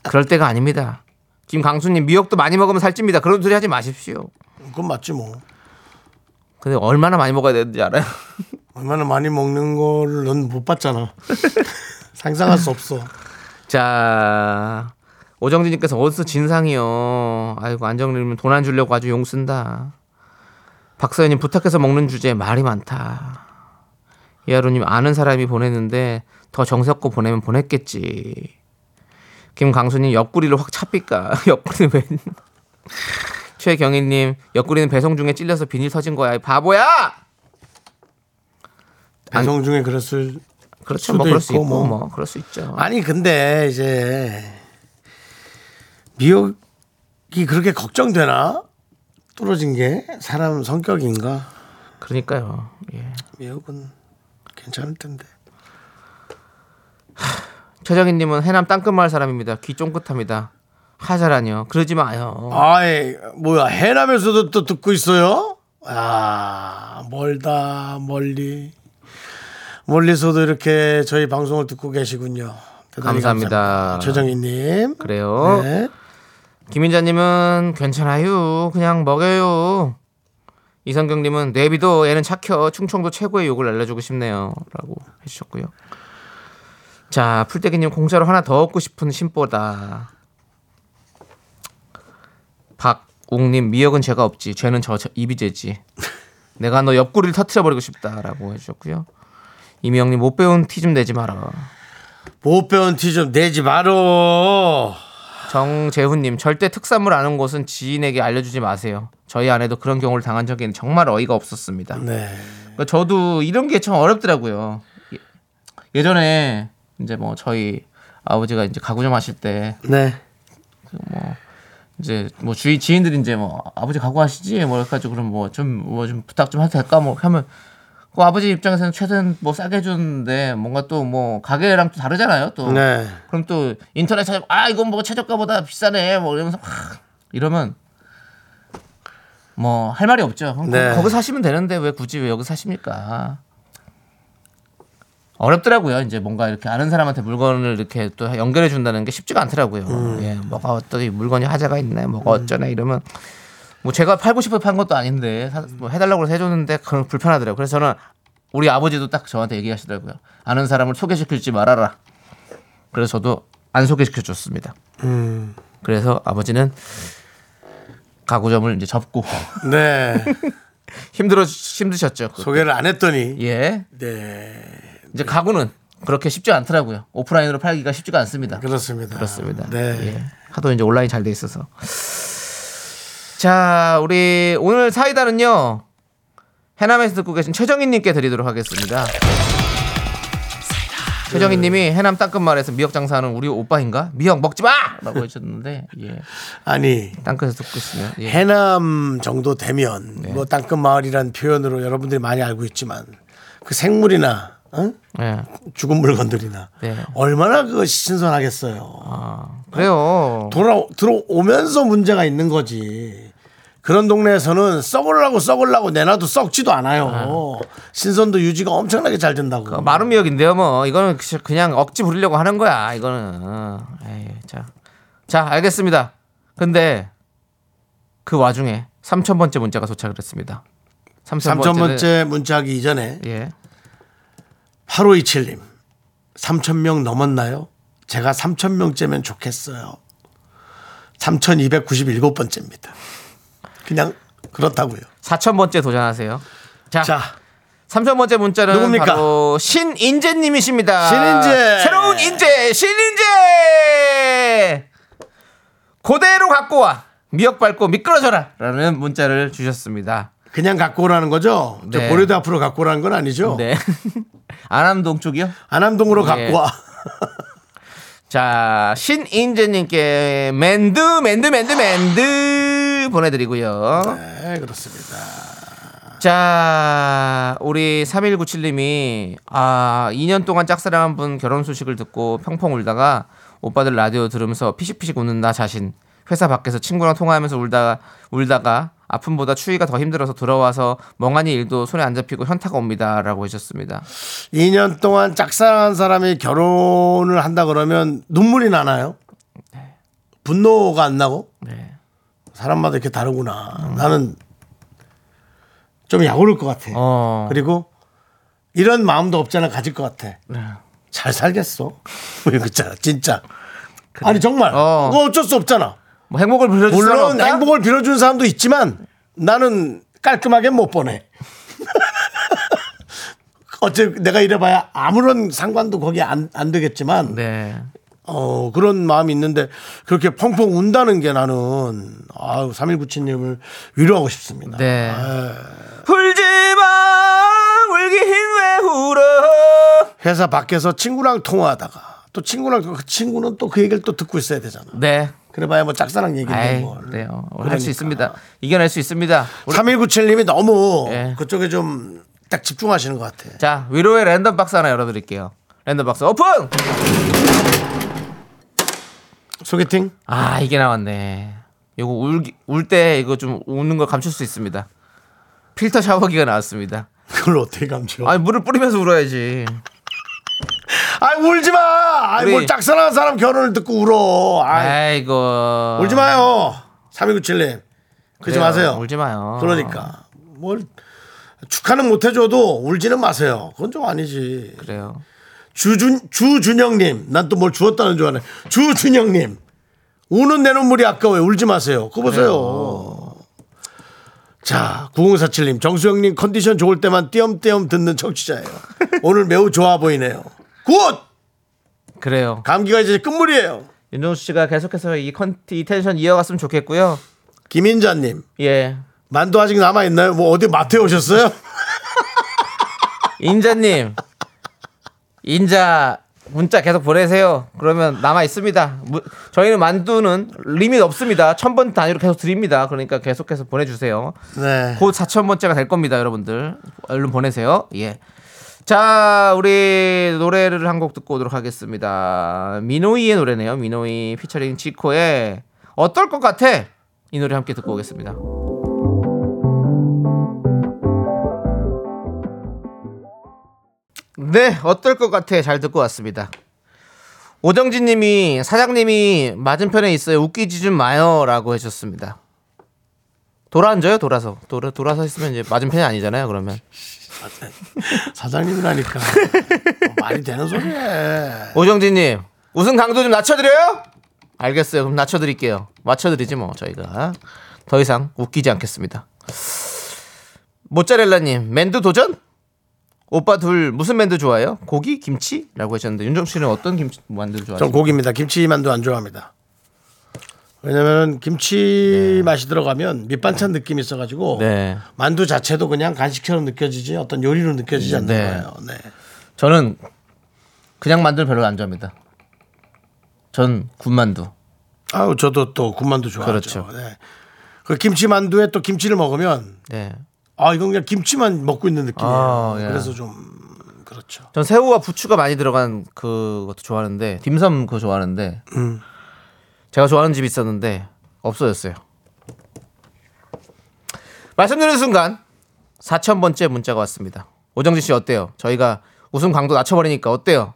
B: 그럴 때가 아닙니다 김강수님 미역도 많이 먹으면 살찝니다 그런 소리 하지 마십시오
A: 그건 맞지 뭐.
B: 근데 얼마나 많이 먹어야 되는지 알아요
A: 얼마나 많이 먹는 걸 넌 못 봤잖아. 상상할 수 없어.
B: 자 오정진님께서 어디서 진상이요 아이고 안정님은 돈 안 주려고 아주 용 쓴다 박서연님 부탁해서 먹는 주제에 말이 많다 이하루님 아는 사람이 보냈는데 더 정석고 보내면 보냈겠지 김강수님 옆구리를 확 찹니까 옆구리 왜 최경희님 옆구리는 배송 중에 찔려서 비닐 터진 거야 이 바보야
A: 방송 중에 그랬을.
B: 그렇죠
A: 수도
B: 뭐 그럴 수
A: 있고,
B: 있고
A: 뭐.
B: 뭐, 그럴 수 있죠
A: 아니 근데 이제 미역이 그렇게 걱정되나? 뚫어진 게 사람 성격인가?
B: 그러니까요 예.
A: 미역은 괜찮을 텐데.
B: 최정희님은 해남 땅끝마을 사람입니다. 귀 쫑긋합니다. 하자라뇨. 그러지 마요.
A: 아이 뭐야 해남에서도 또 듣고 있어요? 아 멀다 멀리 멀리서도 이렇게 저희 방송을 듣고 계시군요. 대단히
B: 감사합니다.
A: 아. 최정희님.
B: 그래요.
A: 네.
B: 김인자님은 괜찮아요. 그냥 먹여요. 이성경님은 내비도 애는 착혀 충청도 최고의 욕을 알려주고 싶네요라고 해주셨고요. 자 풀떼기님 공짜로 하나 더 얻고 싶은 심보다. 박웅님 미역은 죄가 없지 죄는 저, 저 이비제지. 내가 너 옆구리를 터트려 버리고 싶다라고 해주셨고요. 이미영님 못 배운 티 좀 내지 마라.
A: 못 배운 티 좀 내지 마로.
B: 정재훈님 절대 특산물 아는 곳은 지인에게 알려주지 마세요. 저희 아내도 그런 경우를 당한 적이 정말 어이가 없었습니다.
A: 네.
B: 그러니까 저도 이런 게 참 어렵더라고요. 예- 예전에 이제 뭐 저희 아버지가 이제 가구점 하실 때
A: 네.
B: 이제 뭐 주위 지인들이 이제 뭐 아버지 가구 하시지 뭐 해가지고 그럼 뭐 좀 뭐 좀 부탁 좀 해도 될까 뭐 하면 그 아버지 입장에서는 최대한 뭐 싸게 해주는데 뭔가 또 뭐 가게랑 또 다르잖아요 또
A: 네.
B: 그럼 또 인터넷 찾아 아 이건 뭐 최저가보다 비싸네 뭐 이러면서 막 이러면 뭐 할 말이 없죠. 그럼
A: 네.
B: 거- 거기 사시면 되는데 왜 굳이 왜 여기 사십니까? 어렵더라고요. 이제 뭔가 이렇게 아는 사람한테 물건을 이렇게 또 연결해 준다는 게 쉽지가 않더라고요. 예, 뭐가 어떠니 물건이 하자가 있네, 뭐가 어쩌네 이러면 뭐 제가 팔고 싶어 판 것도 아닌데 사- 뭐 해달라고 해서 해줬는데 그건 불편하더라고요. 그래서 저는 우리 아버지도 딱 저한테 얘기하시더라고요. 아는 사람을 소개시키지 말아라. 그래서 저도 안 소개시켜 줬습니다. 그래서 아버지는 가구점을 이제 접고
A: 네.
B: 힘들어 힘드셨죠. 그-
A: 소개를 안 했더니
B: 예.
A: 네
B: 이제 가구는 그렇게 쉽지 않더라고요. 오프라인으로 팔기가 쉽지가 않습니다.
A: 그렇습니다.
B: 그렇습니다.
A: 네.
B: 예. 하도 이제 온라인 잘 돼 있어서. 자, 우리 오늘 사이다는요. 해남에서 듣고 계신 최정희 님께 드리도록 하겠습니다. 최정희 님이
A: 네.
B: 해남 땅끝 마을에서 미역 장사하는 우리 오빠인가? 미역 먹지 마! 라고 하셨는데, 예.
A: 아니
B: 땅끝에서 듣고 있으면. 예.
A: 해남 정도 되면 뭐 땅끝 마을이란 표현으로 여러분들이 많이 알고 있지만 그 생물이나 어?
B: 예.
A: 죽은 물건들이나
B: 네.
A: 얼마나 그것이 신선하겠어요.
B: 아, 그래요.
A: 돌아 들어오면서 문제가 있는 거지. 그런 동네에서는 썩으려고 썩으려고 내놔도 썩지도 않아요. 신선도 유지가 엄청나게 잘 된다고.
B: 그 마른 미역인데요, 뭐 이거는 그- 그냥 억지 부리려고 하는 거야. 이거는 어. 에이, 자, 자 알겠습니다. 근데 그 와중에 3천 번째 문자가 도착을 했습니다. 3천
A: 3천 번째 문자하기 이전에
B: 예,
A: 8527님. 3,000명 넘었나요? 제가 3,000명째면 좋겠어요. 3,297번째입니다. 그냥 그렇다고요.
B: 4천 번째 도전하세요. 자,
A: 자,
B: 3천 번째 문자는
A: 누굽니까?
B: 바로 신인재님이십니다.
A: 신인재!
B: 새로운 인재 신인재 고대로 갖고 와 미역 밟고 미끄러져라라는 문자를 주셨습니다.
A: 그냥 갖고 오라는 거죠? 저
B: 네.
A: 보리도 앞으로 갖고 오라는 건 아니죠?
B: 네. 안암동 쪽이요?
A: 안암동으로
B: 예.
A: 갖고 와.
B: 자, 신인재님께 맨드, 맨드, 맨드, 맨드 보내드리고요.
A: 네, 그렇습니다.
B: 자, 우리 3197님이 아, 2년 동안 짝사랑한 분 결혼 소식을 듣고 펑펑 울다가 오빠들 라디오 들으면서 피식피식 웃는 나 자신. 회사 밖에서 친구랑 통화하면서 울다가 울다가 아픔보다 추위가 더 힘들어서 돌아와서 멍하니 일도 손에 안 잡히고 현타가 옵니다라고 하셨습니다.
A: 2년 동안 짝사랑한 사람이 결혼을 한다 그러면 눈물이 나나요? 분노가 안 나고?
B: 네.
A: 사람마다 이렇게 다르구나. 나는 좀 약오를 것 같아.
B: 어.
A: 그리고 이런 마음도 없잖아 가질 것 같아.
B: 네.
A: 잘 살겠어. 뭐 이거 있잖아 진짜. 아니 정말
B: 어.
A: 그거 어쩔 수 없잖아.
B: 뭐 행복을 빌어줄 사람
A: 물론
B: 없다?
A: 행복을 빌어준 사람도 있지만 나는 깔끔하게 못 보내. 어째 내가 이래봐야 아무런 상관도 거기 안, 안 되겠지만
B: 네.
A: 어, 그런 마음이 있는데 그렇게 펑펑 운다는 게 나는 아유 3197님을 위로하고 싶습니다.
B: 네. 울지마 울긴 왜 울어
A: 회사 밖에서 친구랑 통화하다가 또 친구랑 그 친구는 또 그 얘기를 또 듣고 있어야 되잖아.
B: 네
A: 그래봐야 뭐 짝사랑 얘기인데
B: 아이
A: 뭘.
B: 그래요 할
A: 그러니까.
B: 수 있습니다 이겨낼 수 있습니다 우리-
A: 3197님이 너무
B: 예.
A: 그쪽에 좀 딱 집중하시는 것 같아.
B: 자 위로의 랜덤 박스 하나 열어드릴게요 랜덤 박스 오픈
A: 소개팅?
B: 아 이게 나왔네 요거 울울 때 이거 좀 우는 걸 감출 수 있습니다 필터 샤워기가 나왔습니다
A: 그걸 어떻게 감죠?
B: 아니 물을 뿌리면서 울어야지
A: 아 울지 마. 아이
B: 우리-
A: 뭘 짝사랑한 사람 결혼을 듣고 울어. 아
B: 아이고
A: 울지 마요. 3197님. 그러지
B: 그래요.
A: 네, 마세요.
B: 울지 마요
A: 그러니까 뭘 축하는 못 해줘도 울지는 마세요. 그건 좀 아니지.
B: 그래요
A: 주준 주준영님, 난 또 뭘 주었다는 줄 아네. 주준영님, 우는 내 눈물이 아까워요. 울지 마세요. 그거 보세요. 자, 9047님, 정수영님 컨디션 좋을 때만 띄엄띄엄 듣는 청취자예요. 오늘 매우 좋아 보이네요. 굿!
B: 그래요
A: 감기가 이제 끝물이에요.
B: 윤종수 씨가 계속해서 이 컨티 이 텐션 이어갔으면 좋겠고요.
A: 김인자님,
B: 예.
A: 만두 아직 남아있나요? 뭐 어디 마트에 오셨어요?
B: 인자님. 인자 문자 계속 보내세요. 그러면 남아 있습니다. 무- 저희는 만두는 리밋 없습니다. 천 번 단위로 계속 드립니다. 그러니까 계속해서 보내주세요.
A: 네.
B: 곧 4천 번째가 될 겁니다, 여러분들. 얼른 보내세요. 예. 자, 우리 노래를 한 곡 듣고 오도록 하겠습니다. 민호이의 노래네요. 민호이 피처링 지코의 어떨 것 같아? 이 노래 함께 듣고 오겠습니다. 네, 어떨 것 같아? 잘 듣고 왔습니다. 오정진 님이 사장님이 맞은편에 있어요. 웃기지 좀 마요. 라고 해주셨습니다. 돌아 앉아요, 돌아서. 돌아, 돌아서 했으면 이제 맞은편이 아니잖아요, 그러면.
A: 사장님이라니까 뭐 말이 되는 소리야.
B: 오정진 님, 웃음 강도 좀 낮춰드려요? 알겠어요. 그럼 낮춰드릴게요. 맞춰드리지 뭐, 저희가. 더 이상 웃기지 않겠습니다. 모짜렐라 님, 맨두 도전? 오빠 둘 무슨 맨두 좋아해요? 고기, 김치? 라고 하셨는데 윤정 씨는 어떤 김치 만두 좋아하세요?
A: 전 고기입니다. 김치만두 안 좋아합니다. 왜냐면 김치 맛이 들어가면 밑반찬 느낌이 있어가지고
B: 네.
A: 만두 자체도 그냥 간식처럼 느껴지지 어떤 요리로 느껴지지 않는
B: 네.
A: 거예요. 네.
B: 저는 그냥 만두를 별로 안 좋아합니다. 전 군만두.
A: 아우 저도 또 군만두 좋아하죠.
B: 그렇죠.
A: 네. 그 김치만두에 또 김치를 먹으면
B: 네.
A: 아 이건 그냥 김치만 먹고 있는 느낌이에요.
B: 아, 예.
A: 그래서 좀 그렇죠.
B: 전 새우와 부추가 많이 들어간 그것도 좋아하는데 딤섬 그거 좋아하는데 제가 좋아하는 집이 있었는데 없어졌어요. 말씀드리는 순간 4,000번째 문자가 왔습니다. 오정진 씨 어때요? 저희가 웃음 강도 낮춰버리니까 어때요?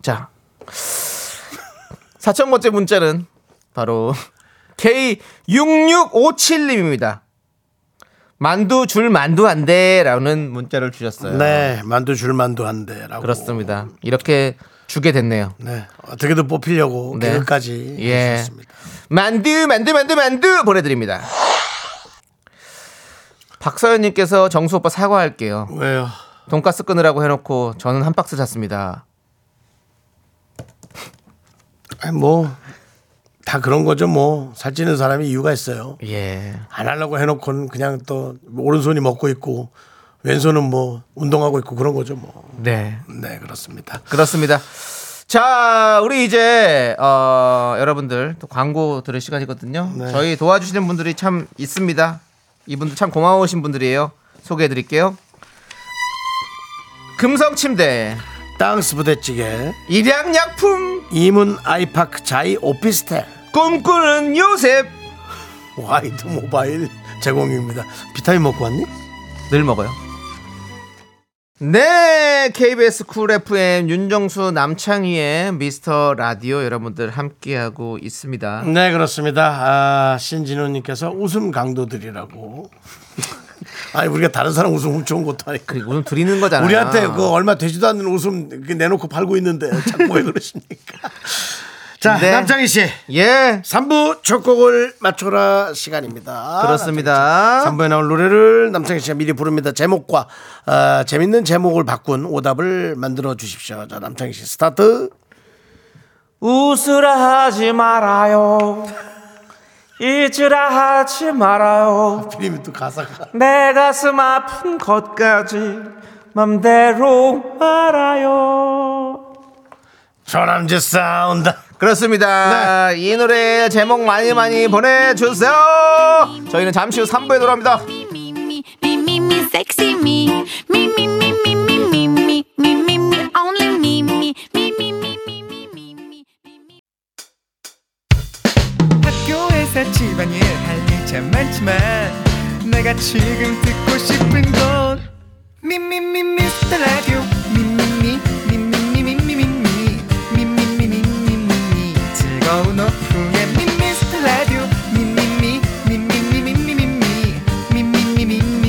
B: 자, 4,000번째 문자는 바로 K6657님입니다. 만두 줄 만두 안 돼라는 문자를 주셨어요.
A: 네 만두 줄만두 한대라고.
B: 그렇습니다. 이렇게 주게 됐네요.
A: 네 어떻게든 뽑히려고
B: 네.
A: 개그까지
B: 예.
A: 했습니다.
B: 만두 만두 만두 만두 보내드립니다. 박서연님께서 정수 오빠 사과할게요.
A: 왜요?
B: 돈가스 끊으라고 해놓고 저는 한 박스 샀습니다.
A: 아니 뭐다 그런 거죠. 뭐 살찌는 사람이 이유가 있어요.
B: 예.
A: 안 하려고 해놓고는 그냥 또 오른손이 먹고 있고 왼손은 뭐 운동하고 있고 그런 거죠. 뭐.
B: 네.
A: 네 그렇습니다.
B: 그렇습니다. 자, 우리 이제 어, 여러분들 또 광고 들을 시간이거든요.
A: 네.
B: 저희 도와주시는 분들이 참 있습니다. 이분들 참 고마우신 분들이에요. 소개해드릴게요. 금성침대,
A: 땅스 부대찌개
B: 일양약품,
A: 이문 아이파크 자이 오피스텔
B: 꿈꾸는 요셉.
A: 와이드 모바일 제공입니다. 비타민 먹고 왔니?
B: 늘 먹어요. 네, KBS 쿨 FM 윤정수 남창희의 미스터 라디오 여러분들 함께하고 있습니다.
A: 네 그렇습니다. 아, 신진호님께서 웃음 강도들이라고. 아니 우리가 다른 사람 웃음 훔쳐온 것도 아니고
B: 그리고 오늘 드리는 거잖아요.
A: 우리한테 그 얼마 되지도 않는 웃음 이렇게 내놓고 팔고 있는데 자꾸 왜 그러십니까? 자
B: 네.
A: 남창희 씨
B: 예,
A: 3부 첫 곡을 맞춰라 시간입니다.
B: 그렇습니다.
A: 3부에 나올 노래를 남창희 씨가 미리 부릅니다. 제목과 어, 재밌는 제목을 바꾼 오답을 만들어 주십시오. 자 남창희 씨 스타트.
B: 웃으라 하지 말아요. 잊으라 하지 말아요.
A: 하필이면 또 가사가
B: 내 가슴 아픈 것까지 맘대로 말아요.
A: 조남지 사운드.
B: 그렇습니다.
A: 네.
B: 이 노래 제목 많이 많이 보내주세요. 저희는 잠시 후 3부에 돌아옵니다.
C: 미미미 미미미 섹시 미 미미미 미미미 미미미 미미미 only 미미 미미미 미미미
D: 학교에서 집안일 할 일 참 많지만 내가 지금 듣고 싶은 건 미미미 미스터 라디오 미미미 미미미 미미미 미미미 미미미 즐거운 오후에 미스터 라디오 미미미 미미미 미미미 미미미 미미미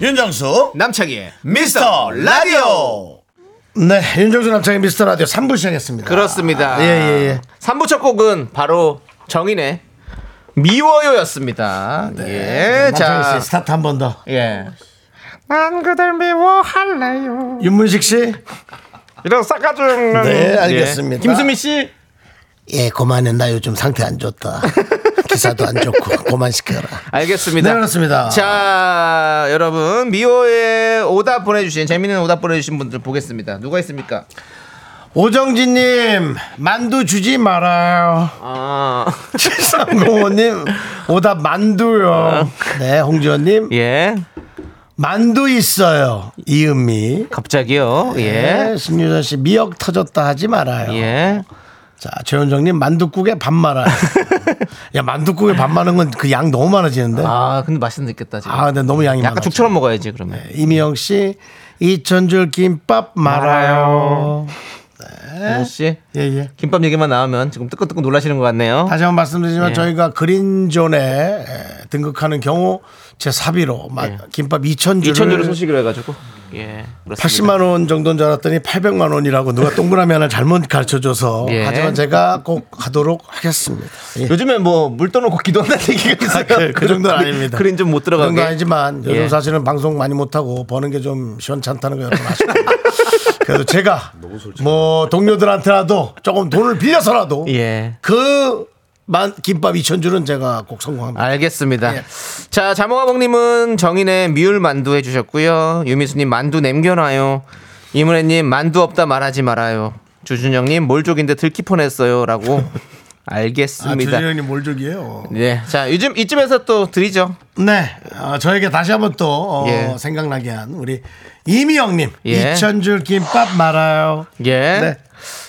A: 윤정수
B: 남창희의
A: 미스터 라디오. 네, 윤정수 남창희 미스터 라디오 3부 시작했습니다.
B: 그렇습니다.
A: 예, 예, 예.
B: 3부 첫 곡은 바로 정인의 미워요였습니다. 예.
A: 네. 남창희
B: 자.
A: 씨 스타트 한 번 더.
B: 예.
A: 윤문식 씨.
B: 이런 싸가지 없는.
A: 네,
B: 네, 예.
A: 알겠습니다.
B: 김수미 씨.
A: 예, 고만해. 나 요즘 상태 안 좋다. 기사도 안 좋고 고만 시켜라.
B: 예, 알겠습니다.
A: 네, 그렇습니다.
B: 자, 여러분 미호의 오답 보내주신 재밌는 오답 보내주신 분들 보겠습니다. 누가 있습니까?
A: 오정진님 만두 주지 말아요.
B: 아,
A: 7305님 오답 만두요. 네, 홍지원님
B: 예.
A: 만두 있어요. 이은미.
B: 갑자기요.
A: 네,
B: 예.
A: 신유선 씨 미역 터졌다 하지 말아요.
B: 예.
A: 자, 최현정님 만둣국에 밥 말아요. 야, 만둣국에 밥 마는 건 그 양 너무 많아지는데. 아,
B: 아, 근데 맛있는 느꼈다 지금.
A: 근데 너무 양이 많아. 네,
B: 약간 죽처럼 먹어야지 그러면.
A: 이미영 씨 이천줄 김밥 말아요.
B: 네. 씨.
A: 예, 예.
B: 김밥 얘기만 나오면 지금 뜨끈뜨끈 놀라시는 것 같네요.
A: 다시 한번 말씀드리지만
B: 예.
A: 저희가 그린존에 에, 등극하는 경우 제 사비로 마-
B: 예.
A: 김밥 2,000줄을
B: 2,000유로 소식으로 해가지고. 예. 그렇습니다.
A: 80만 원 정도인 줄 알았더니 800만 원이라고 누가 동그라미 하나 잘못 가르쳐줘서
B: 예.
A: 하지만 제가 꼭 하도록 하겠습니다. 예.
B: 요즘에 뭐 물 떠놓고 기도한다는 얘기가 있어요.
A: 그, 그 정도는 아닙니다.
B: 아, 그린 좀 못
A: 그 정도
B: 들어가게.
A: 아니지만 요즘
B: 예.
A: 사실은 방송 많이 못하고 버는 게 좀 시원찮다는 거 여러분 아시고 그래도 제가 뭐 동료들한테라도 조금 돈을 빌려서라도
B: 예.
A: 그 만, 김밥 2천줄은 제가 꼭
B: 아,
A: 성공합니다.
B: 알겠습니다. 자, 자몽아봉님은 정인의 미울 만두 해주셨고요. 유미수님 만두 남겨놔요. 이문혜님 만두 없다 말하지 말아요. 주준영님 몰족인데 들키 뻔했어요라고 알겠습니다.
A: 아, 주진영님 몰족이에요.
B: 예, 자 요즘 이쯤에서 또 드리죠.
A: 네, 어, 저에게 다시 한번 또 어,
B: 예.
A: 생각나게 한 우리 이미영님
B: 예.
A: 2천줄 김밥 말아요.
B: 예.
A: 네.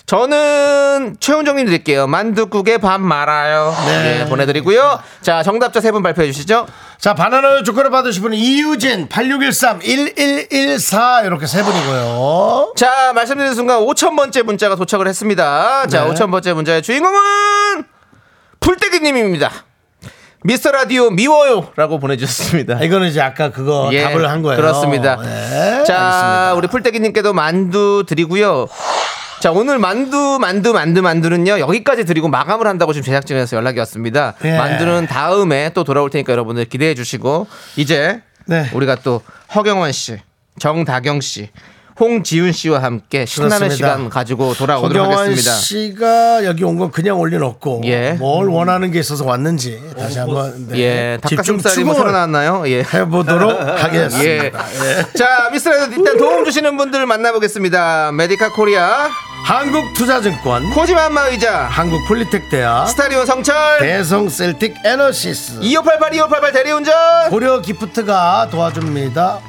B: 저는 최훈정님 드릴게요. 만두국에 밥 말아요.
A: 네.
B: 예, 보내드리고요. 자 정답자 세 분 발표해 주시죠.
A: 자, 바나나를 조건을 받으신 분은 이유진 8613-1114 이렇게 세 분이고요.
B: 자 말씀드리는 순간 5천 번째 문자가 도착을 했습니다.
A: 네.
B: 자 5천 번째 문자의 주인공은 풀떼기님입니다. 미스터 라디오 미워요라고 보내주셨습니다.
A: 아, 이거는 이제 아까 그거
B: 예,
A: 답을 한 거예요.
B: 그렇습니다.
A: 네,
B: 자,
A: 알겠습니다.
B: 우리 풀떼기님께도 만두 드리고요. 자, 오늘 만두, 만두, 만두, 만두는요, 여기까지 드리고 마감을 한다고 지금 제작진에서 연락이 왔습니다.
A: 예.
B: 만두는 다음에 또 돌아올 테니까 여러분들 기대해 주시고, 이제
A: 네.
B: 우리가 또 허경원 씨, 정다경 씨, 홍지윤 씨와 함께 신나는
A: 그렇습니다.
B: 시간 가지고 돌아오도록
A: 허경환
B: 하겠습니다.
A: 씨가 여기 온 건 그냥 올린 없고
B: 예.
A: 뭘 원하는 게 있어서 왔는지 다시 한번 네.
B: 예,
A: 집중
B: 닭가슴살이 뭐
A: 추궁을
B: 살아나왔나요? 예.
A: 해보도록 하겠습니다.
B: 예. 자, 미스라에서 일단 도움 주시는 분들 만나보겠습니다. 메디카 코리아,
A: 한국투자증권,
B: 코지마 안마 의자,
A: 한국폴리텍대학,
B: 스타리온
A: 네.
B: 성철,
A: 대성셀틱 에너시스,
B: 2588, 2588 대리운전,
A: 고려기프트가 도와줍니다.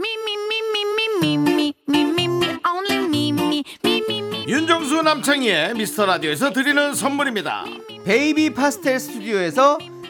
C: Me, me, me, me, me, me, me, me, me, me, only me, me, me, me, me.
A: 윤정수 남창희의 미스터 라디오에서 드리는 선물입니다.
B: 베이비 파스텔 스튜디오에서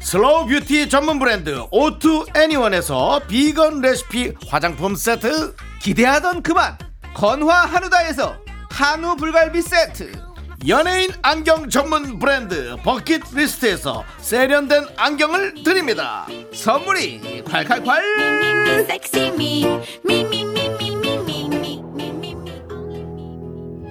A: 슬로우 뷰티 전문 브랜드 오투 애니원에서 비건 레시피 화장품 세트
B: 기대하던 그만 건화 한우다에서 한우 불갈비 세트.
A: 연예인 안경 전문 브랜드 버킷리스트에서 세련된 안경을 드립니다
B: 선물이 콸콸콸
C: Sexy me, me, me, me, me, me, me, me, me, me, me, only me.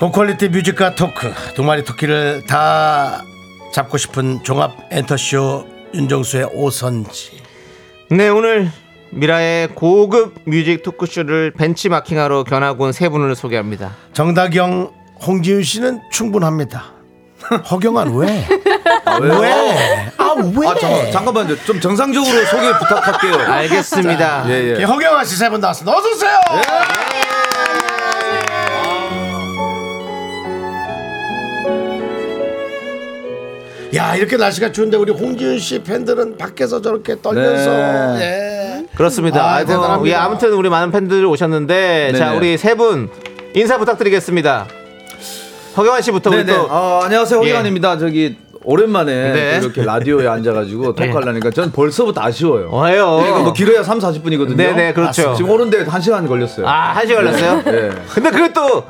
A: 고퀄리티 뮤직과 토크 두 마리 토끼를 다 잡고 싶은 종합 엔터쇼 윤정수의 오선지
B: 네 오늘 미라의 고급 뮤직 토크쇼를 벤치마킹하러 견하고 온 세 분을 소개합니다
A: 정다경 홍지윤 씨는 충분합니다. 허경환 왜? 왜? 아 왜?
B: 네.
E: 잠깐만요. 좀 정상적으로 소개 부탁할게요.
B: 알겠습니다
E: 예, 예.
A: 허경환 씨 세 분 나왔습니다. 어서 오세요. 야 이렇게 날씨가 추운데 우리 홍지윤 씨 팬들은 밖에서 저렇게 떨면서 예.
B: 그렇습니다
A: 아,
B: 아이고,
A: 대단합니다.
B: 예, 아무튼 우리 많은 팬들이 오셨는데 자
E: 네네.
B: 우리 세 분 인사 부탁드리겠습니다 허경환 씨부터 우리
E: 네네.
B: 또
E: 어, 안녕하세요.
B: 예.
E: 호기환입니다. 저기 오랜만에
B: 네.
E: 또 이렇게 라디오에 앉아가지고 토크하려니까 전 벌써부터 아쉬워요. 이거 뭐
B: 와요
E: 길어야 3, 40분이거든요.
B: 어,
E: 아,
B: 네네 그렇죠
E: 지금 오는데 1시간 걸렸어요.
B: 아 한 시간 걸렸어요
E: 예.
B: 근데 그게 또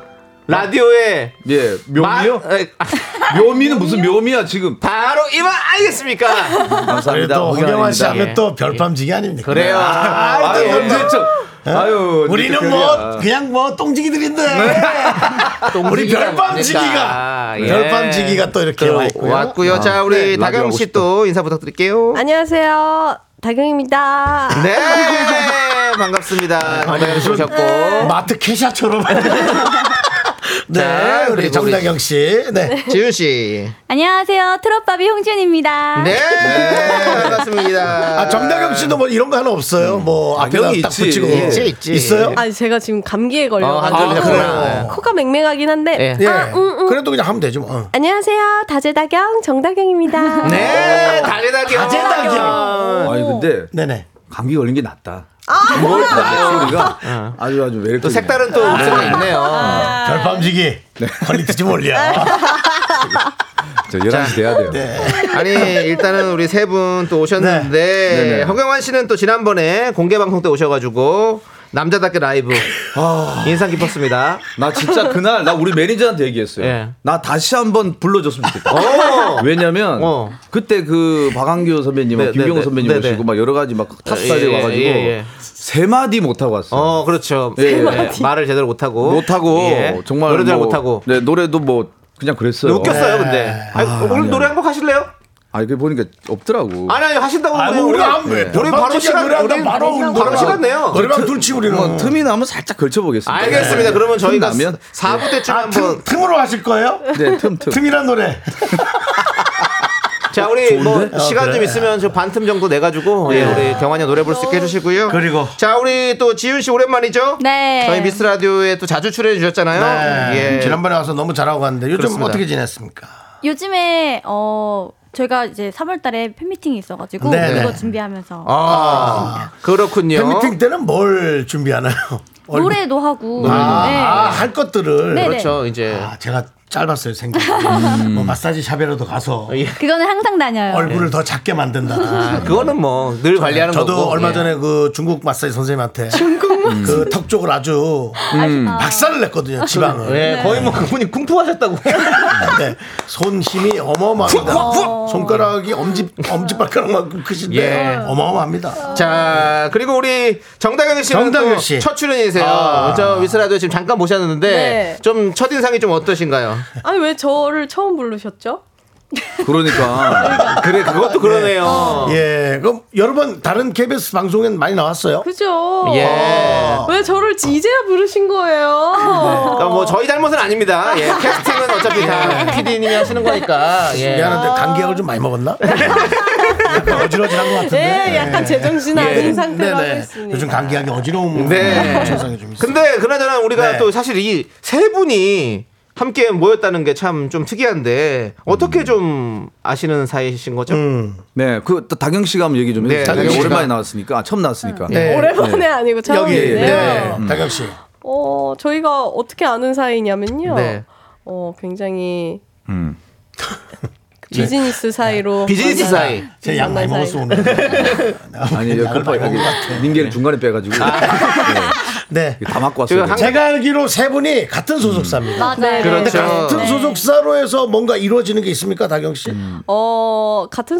B: 라디오에
E: 예.
B: 마-
E: 묘미요?
B: 에, 아,
E: 묘미는 무슨 묘미야 지금.
B: 바로 이만 알겠습니까
E: 감사합니다.
A: 또 허경환 씨
E: 호기환입니다. 예.
A: 하면 또 별밤지기 아닙니까?
B: 그래요. 어?
E: 아,
A: 아,
E: 아,
A: 예.
E: 언제쯤 아유,
A: 우리는 뭐 그냥 뭐 똥지기들인데 우리 별밤지기가 별밤지기가 또 이렇게 와 있고요.
B: 왔고요. 자, 우리
E: 네,
B: 다경
E: 라디오 하고
B: 씨 또 인사 부탁드릴게요.
F: 안녕하세요. 다경입니다.
B: 네. 반갑습니다.
E: 네,
B: 다경 씨 오셨고.
F: 네.
A: 마트 캐샤처럼. 네,
B: 자,
A: 우리
B: 그리고
A: 정다경 씨. 네.
B: 지윤 씨.
G: 안녕하세요. 트롯바비 홍준입니다.
B: 네. 반갑습니다.
A: 아, 정다경 씨도 뭐 이런 거 하나 없어요. 뭐 앞에다
E: 다경이
A: 딱
E: 있지.
A: 붙이고
B: 있지, 있지.
A: 예. 있어요?
F: 아 제가 지금 감기에
B: 아,
F: 걸려가지고
B: 아, 그래요?
F: 네. 코가 맹맹하긴 한데
B: 예.
A: 예.
F: 아, 음, 음.
A: 그래도 그냥 하면 되죠. 뭐. 어.
F: 안녕하세요. 다재다경 정다경입니다. 아.
B: 네. 다재다경.
A: 다재다경.
E: 아니
B: 뭐?
E: 근데
A: 네네.
E: 감기 걸린 게 낫다. 뭘 목소리가 아주 아주 매력.
B: 어. 또 색다른 또 목소리가
F: 아.
B: 있네요.
A: 별밤지기 퀄리티 좀 올려.
E: 저 11시 돼야 돼요.
B: 아니 일단은 우리 세 분 또 오셨는데
E: 네네.
B: 허경환 씨는 또 지난번에 공개 방송 때 오셔가지고 남자답게 라이브 아, 인상 깊었습니다.
E: 나 진짜 그날 나 우리 매니저한테 얘기했어요.
B: 예.
E: 나 다시 한번 불러줬으면 좋겠다.
B: 어.
E: 왜냐면
B: 어.
E: 그때 그 박한규 선배님하고
B: 네, 네,
E: 김경호
B: 네.
E: 선배님
B: 네,
E: 오시고
B: 네.
E: 막 여러 가지 막 탑사제
B: 예,
E: 와가지고
B: 예, 예.
E: 세 마디 못 하고 왔어요.
B: 어 그렇죠.
E: 예, 예.
B: 네, 말을 제대로 못 하고
E: 못 하고 정말
B: 예. 노래 잘
E: 뭐,
B: 못 하고 네.
E: 네 노래도 뭐 그냥 그랬어요.
B: 웃겼어요
A: 네.
B: 근데 아니, 오늘 노래 한 곡 하실래요?
E: 아니 그 보니까 없더라고.
B: 아니 아니 하신다고
A: 아니, 뭐
B: 그래요.
A: 우리 안 돼.
B: 우리 바로
A: 별밤지기가
B: 시간
A: 노래한다,
B: 우리
A: 네. 바로
B: 바로
A: 오는 거야.
B: 시간 내요.
A: 노래방 둘치 우리는.
E: 뭐 틈이 나면 살짝 걸쳐보겠습니다.
B: 알겠습니다. 그러면 저희가
E: 틈 나면
B: 4부 때쯤
A: 네. 아,
B: 한번
A: 틈, 틈으로 하실 거예요?
E: 네, 틈 틈.
A: 틈이란 노래.
B: 자 우리 뭐
A: 좋은데?
B: 시간
A: 어,
B: 좀
A: 그래. 네.
B: 있으면 저 반틈 정도 내 가지고 예, 우리 경환이 형 노래 볼 수 있게 해주시고요.
A: 그리고.
B: 자 우리 또 지윤 씨 오랜만이죠?
G: 네.
B: 저희 미스 라디오에 또 자주 출연해 주셨잖아요.
A: 네.
B: 예.
A: 지난번에 와서 너무 잘하고 갔는데 요즘
B: 그렇습니다.
A: 어떻게 지냈습니까?
G: 요즘에 어 저희가 이제 3월달에 팬미팅이 있어가지고
A: 네,
G: 그거
A: 네.
G: 준비하면서
B: 아 그렇군요.
G: 네,
A: 팬미팅 때는 뭘 준비하나요?
G: 노래도 하고
A: 아,
G: 네.
A: 아, 할 것들을.
G: 네, 네.
B: 그렇죠 이제
A: 아, 제가 짧았어요 생각이.
B: 음.
A: 뭐 마사지 샵에라도 가서
G: 그거는 항상 다녀요.
A: 얼굴을 더 작게 만든다.
B: 예. 아, 그거는 뭐 늘 관리하는
A: 저도
B: 거고.
A: 얼마
B: 예.
A: 전에 그 중국 마사지 선생님한테 그 턱 쪽을 아주
G: 음.
A: 박살을
G: 아,
A: 냈거든요 지방을.
B: 예, 거의 뭐 그분이 쿵푸 하셨다고.
A: 네. 손 힘이 어마어마합니다. 손가락이 엄지 엄지 발가락만큼 크신데
B: 예.
A: 어마어마합니다.
B: 자, 그리고 우리 정다경 씨는
A: 정다경
B: 또
A: 씨.
B: 첫 출연이세요.
A: 아.
B: 저 위스라디오 지금 잠깐 모셨는데
F: 네.
B: 좀 첫인상이 좀 어떠신가요?
F: 아니 왜 저를 처음 부르셨죠?
E: 그러니까
B: 그래, 그것도 그러네요.
A: 예, 그럼 여러분 다른 KBS 방송엔 많이 나왔어요.
F: 그죠?
B: 예.
F: 왜 저를 이제야 부르신 거예요?
B: 그러니까 뭐 저희 잘못은 아닙니다. 예, 캐스팅은 어차피 다 PD님이 하시는 거니까. 예.
A: 미안한데 감기약을 좀 많이 먹었나? 약간 어지러지한 것 같은데. 예.
F: 네, 약간
B: 예.
F: 제정신 아닌 상태로 하고 있습니다.
A: 요즘 감기약이 어지러움
B: 네.
A: 증상이 좀 있어요.
B: 근데 그나저나 우리가
A: 네.
B: 또 사실 이 세 분이 함께 모였다는 게 참 좀 특이한데
A: 음.
B: 어떻게 좀 아시는 사이신 거죠?
E: 네, 그 다경 씨가 한번 얘기 좀
B: 네,
E: 해주세요.
B: 다경
E: 다경
B: 씨가.
E: 오랜만에 나왔으니까 아, 처음 나왔으니까.
A: 네.
F: 오랜만에 아니고
A: 여기
F: 처음인데요.
A: 네. 다경 씨.
F: 어, 저희가 어떻게 아는 사이냐면요.
B: 네.
F: 어, 굉장히
E: 음.
F: 비즈니스 사이로
B: 네. 비즈니스
F: 만난-
B: 사이.
A: 제 약 많이
F: 만난
A: 먹었어
F: 사이.
A: 오늘.
E: 아니 그
B: 네.
A: 약을 많이 먹은 것 같아.
E: 급하게 닝게를 중간에 빼가지고
B: 아.
E: 네,
A: 네.
E: 다 맞고
B: 지금
E: 왔어요.
B: 한-
A: 제가 알기로 세 분이 같은 소속사입니다.
G: 맞아요.
F: 네.
B: 그렇죠.
A: 같은 소속사로 해서 뭔가 이루어지는 게 있습니까, 다경 씨?
E: 음.
F: 어, 같은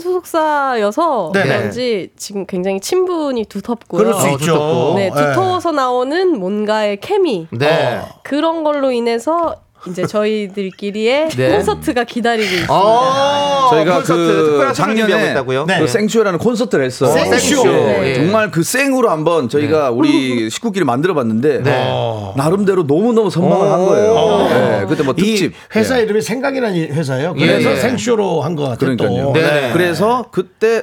F: 소속사여서
A: 네.
F: 그런지 지금 굉장히 친분이 두텁고요.
E: 아,
A: 그럴 수
B: 어,
A: 있죠. 예.
B: 좋고.
F: 네, 두터워서 나오는 뭔가의 케미.
B: 네.
F: 그런 걸로 인해서 이제 저희들끼리의
B: 네.
F: 콘서트가 기다리고 있습니다.
B: 어,
E: 저희가
B: 콘서트
E: 그
B: 특별한 작년에
E: 작년에
B: 있다고요.
A: 네.
E: 그 생쇼라는 콘서트를 했어요.
A: 생쇼. 생쇼.
B: 네.
E: 정말 그 생으로 한번 저희가 우리 식구끼리 만들어봤는데
B: 네. 어.
E: 나름대로 너무 너무 선방을 한 거예요. 네, 그때 뭐
A: 이
E: 특집
A: 회사
E: 네.
A: 이름이 생각이라는 이- 회사예요.
B: 예,
A: 그래서
B: 예.
A: 생쇼로 한 것 같아요.
E: 그러니까요.
A: 또.
B: 네.
E: 그래서 그때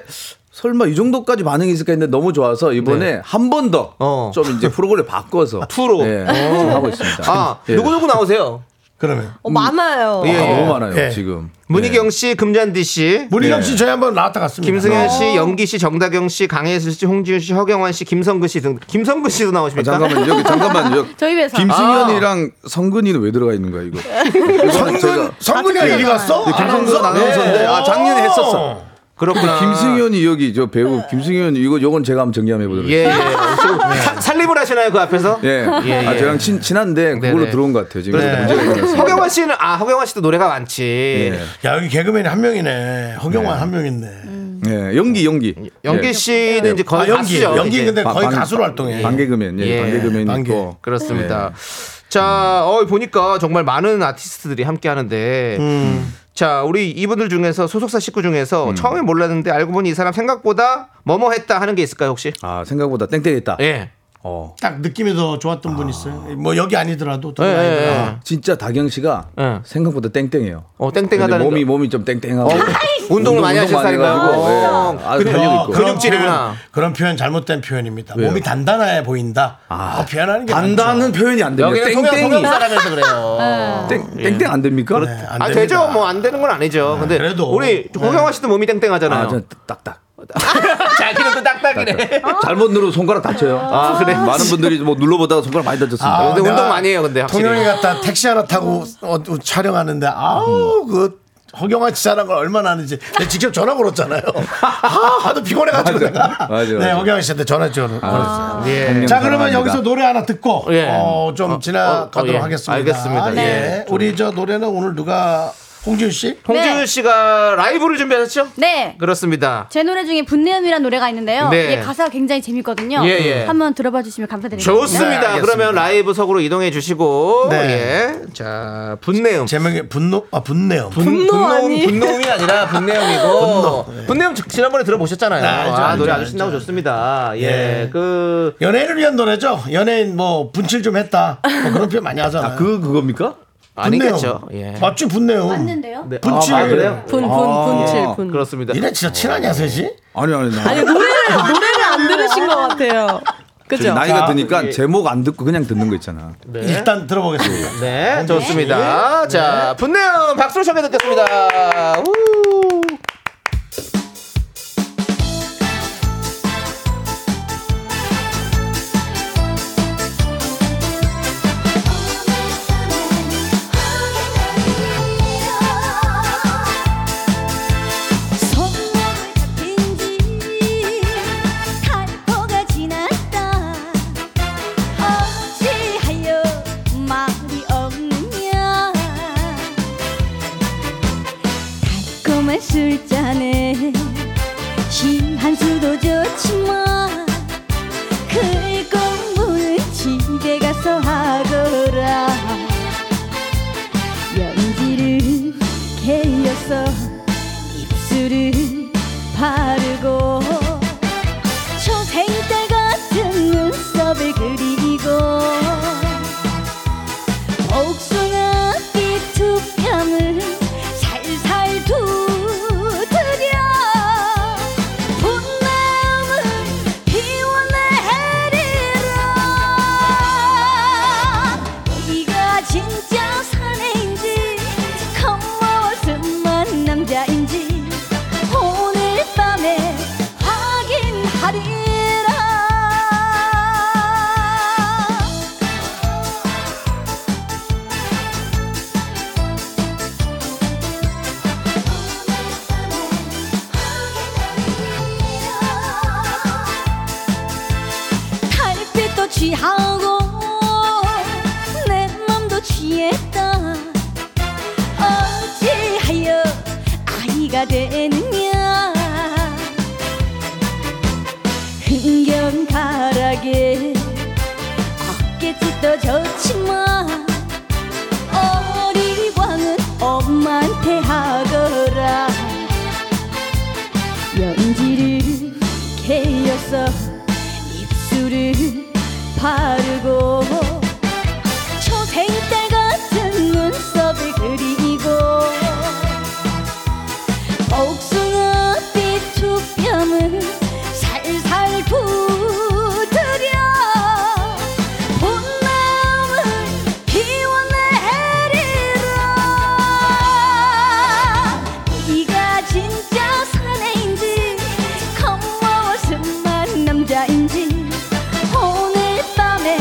E: 설마 이 정도까지 반응이 있을까 했는데 너무 좋아서 이번에 한 번 더 좀
B: 네. 어.
E: 이제 프로그램 바꿔서
B: 투로?
E: 예, 지금 하고 있습니다.
B: 아,
E: 예.
B: 누구 누구 나오세요?
A: 그러면
F: 어, 많아요.
E: 아,
B: 예.
E: 너무 많아요
A: 예.
E: 지금.
B: 문희경 씨, 금잔디 씨,
A: 문희경
E: 네.
A: 씨 저희 한번 나왔다
E: 아.
A: 갔습니다. 어.
B: 김승현 씨, 영기 씨, 정다경 씨, 강혜슬 씨, 홍지윤 씨, 허경환 씨, 김성근 씨 등 김성근 씨도
E: 아,
B: 나오십니까?
E: 잠깐만 여기 잠깐만 여기
G: 저희 회사.
E: 김승현이랑 성근이는 왜 들어가 있는 거야 이거? 이거는
A: 성근
E: 제가-
A: 성근이가 이리 갔어?
E: 네, 김성근 아나운서인데 아 작년에 했었어.
B: 그렇구나.
E: 김승현이 여기 저
G: 아.
E: 배우 김승현 이거 요건 제가 한번 정리해 보도록.
B: 예. 예. 지금 사- 살림을 하시나요 그 앞에서?
E: 네. 예.
B: 예,
E: 아
B: 예.
E: 저랑 친 친한데 그걸로
B: 네네. 그렇죠.
E: 들어온 것 같아요 지금. 문제가 있는 것 같습니다.
B: 허경환 씨는 아 허경환 씨도 노래가 많지.
E: 예. 네.
A: 야 여기 개그맨이 한 명이네. 허경환 한 명 있네.
E: 예, 연기 연기. 예.
B: 연기 씨는
E: 네.
B: 이제 거의
A: 아, 연기.
B: 가수죠.
A: 연기
B: 이제.
A: 근데 거의
E: 방-
A: 가수로 활동해.
E: 반개그맨. 예,
B: 예.
E: 반개그맨
A: 반개.
E: 있고.
B: 그렇습니다.
E: 예.
B: 자, 어 보니까 정말 많은 아티스트들이 함께 하는데
E: 음.
B: 자, 우리 이분들 중에서 소속사 식구 중에서 처음에 몰랐는데 알고 보니 이 사람 생각보다 뭐뭐 했다 하는 게 있을까요, 혹시?
E: 아, 생각보다 땡땡했다.
B: 예.
E: 어.
A: 딱 느낌이 더 좋았던 분 있어요.
E: 아.
A: 뭐 여기 아니더라도
B: 예,
A: 다른
B: 예,
A: 아이들.
B: 예.
E: 진짜 다경 씨가
B: 예.
E: 생각보다 땡땡해요.
B: 어,
E: 근데
B: 땡땡하다는
E: 몸이
B: 거. 어,
E: 몸이 좀 땡땡하고
B: 운동을 많이 하신
E: 운동
B: 살인가요?
E: 해가지고,
B: 어,
E: 예. 아,
B: 근데-
E: 근육
A: 어,
E: 있고.
A: 그런
B: 근육질이구나.
A: 표현, 그런 표현 잘못된 표현입니다.
E: 왜요?
A: 몸이 단단해 보인다.
E: 아,
A: 어, 표현하는 게
E: 단단은 표현이 안 됩니다.
B: 여기는 성형
E: 땡땡이
B: 성형사라면서 그래요.
E: 땡, 땡땡 안 네. 됩니까? 예.
A: 네, 안
B: 아
A: 됩니다.
B: 되죠. 뭐 안 되는 건 아니죠. 근데
A: 그래도. 뭐, 네.
B: 우리 홍영화 씨도 몸이 땡땡하잖아요.
E: 아, 저 딱딱.
B: 자기는 또 딱딱이네.
E: 잘못 누르 손가락 다쳐요.
B: 아, 그래?
E: 많은 분들이 뭐 눌러보다가 손가락 많이 다쳤습니다.
A: 아,
B: 근데
A: 내가
B: 운동 많이 해요, 근데 확실히.
A: 통영에 갔다 택시 하나 타고 어, 어, 촬영하는데
E: 음.
A: 아우 그 허경아 씨 잘한 걸 얼마나 아는지 내가 직접 전화 걸었잖아요. 아, 하도 피곤해가지고
E: 맞아.
A: 내가
E: 맞아,
A: 네
E: 맞아.
A: 허경아 씨한테 전화 좀 걸었어요.
B: 예.
A: 자
E: 감사합니다.
A: 그러면 여기서 노래 하나 듣고
B: 예.
A: 어, 좀 지나가도록
B: 어, 어, 예.
A: 하겠습니다.
B: 알겠습니다.
A: 네.
B: 예.
A: 우리 저 노래는 오늘 누가 홍지윤 씨?
B: 홍지윤
G: 네.
B: 씨가 라이브를 준비하셨죠?
G: 네.
B: 그렇습니다.
G: 제 노래 중에 분내음이라는 노래가 있는데요.
B: 네.
G: 이 가사가 굉장히 재밌거든요.
B: 예, 예.
G: 한번 들어봐 주시면 감사드리겠습니다.
A: 네,
B: 좋습니다.
A: 알겠습니다.
B: 그러면 라이브석으로 이동해 주시고
A: 네.
B: 예. 자, 분내음.
A: 제목이 분노 아 분내요.
B: 분노
G: 아니.
B: 분노음이 아니라 분내음이고 분내음 지- 지난번에 들어보셨잖아요.
A: 네, 알죠,
B: 아, 노래
A: 알죠,
B: 아주 신나고
A: 알죠.
B: 좋습니다. 예.
A: 예.
B: 그
A: 연예인을 위한 노래죠. 연예인 뭐 분칠 좀 했다. 뭐 그런 표현 많이 하잖아요.
E: 그 그겁니까?
B: 아니겠죠. 예.
A: 맞지 분내요.
G: 맞는데요?
B: 네.
A: 분칠.
B: 아, 아, 그래요?
F: 분, 분, 분칠, 분.
B: 그렇습니다.
A: 이래 진짜 친하냐 셋이?
E: 아니 아니. 나-
F: 아니, 노래를, 노래를 안 들으신 것 같아요.
E: 저희
F: 그죠?
E: 나이가
A: 자,
E: 드니까
B: 예.
E: 제목 안 듣고 그냥 듣는 거 있잖아.
B: 네.
A: 일단 들어보겠습니다.
B: 네, 좋습니다.
A: 네.
B: 자, 분내음 박수로 청해 듣겠습니다. 우.
C: 손목을 잡힌 지 탈포가 지났다 어찌하여 말이 없느냐 달콤한 술잔에 심한 수도 좋지만 그 공부는 집에 가서 하거라 연기를 개여서 입술을 바르고 초생 때 같은 눈썹을 그리고 복숭아 삐투뺨을 살살 두드려 분마음을 피워내리라 네가 진짜 사내인지 겉모습만 남자인지 오늘 밤에 확인하리라 달빛도 취하고 내 맘도 취했다 어찌하여 아이가 되느냐 흥겨운 가락에 어깨 찢도 좋지만 어리광은 엄마한테 하거라 연지를 개어서 입술을 바르고 초생 때 같은 눈썹을 그리고 복숭아 삐투뺨을 살살 부드려 본 마음을 피워내리라 네가 진짜 사내인지 겉모습만 남자인지 오늘 밤에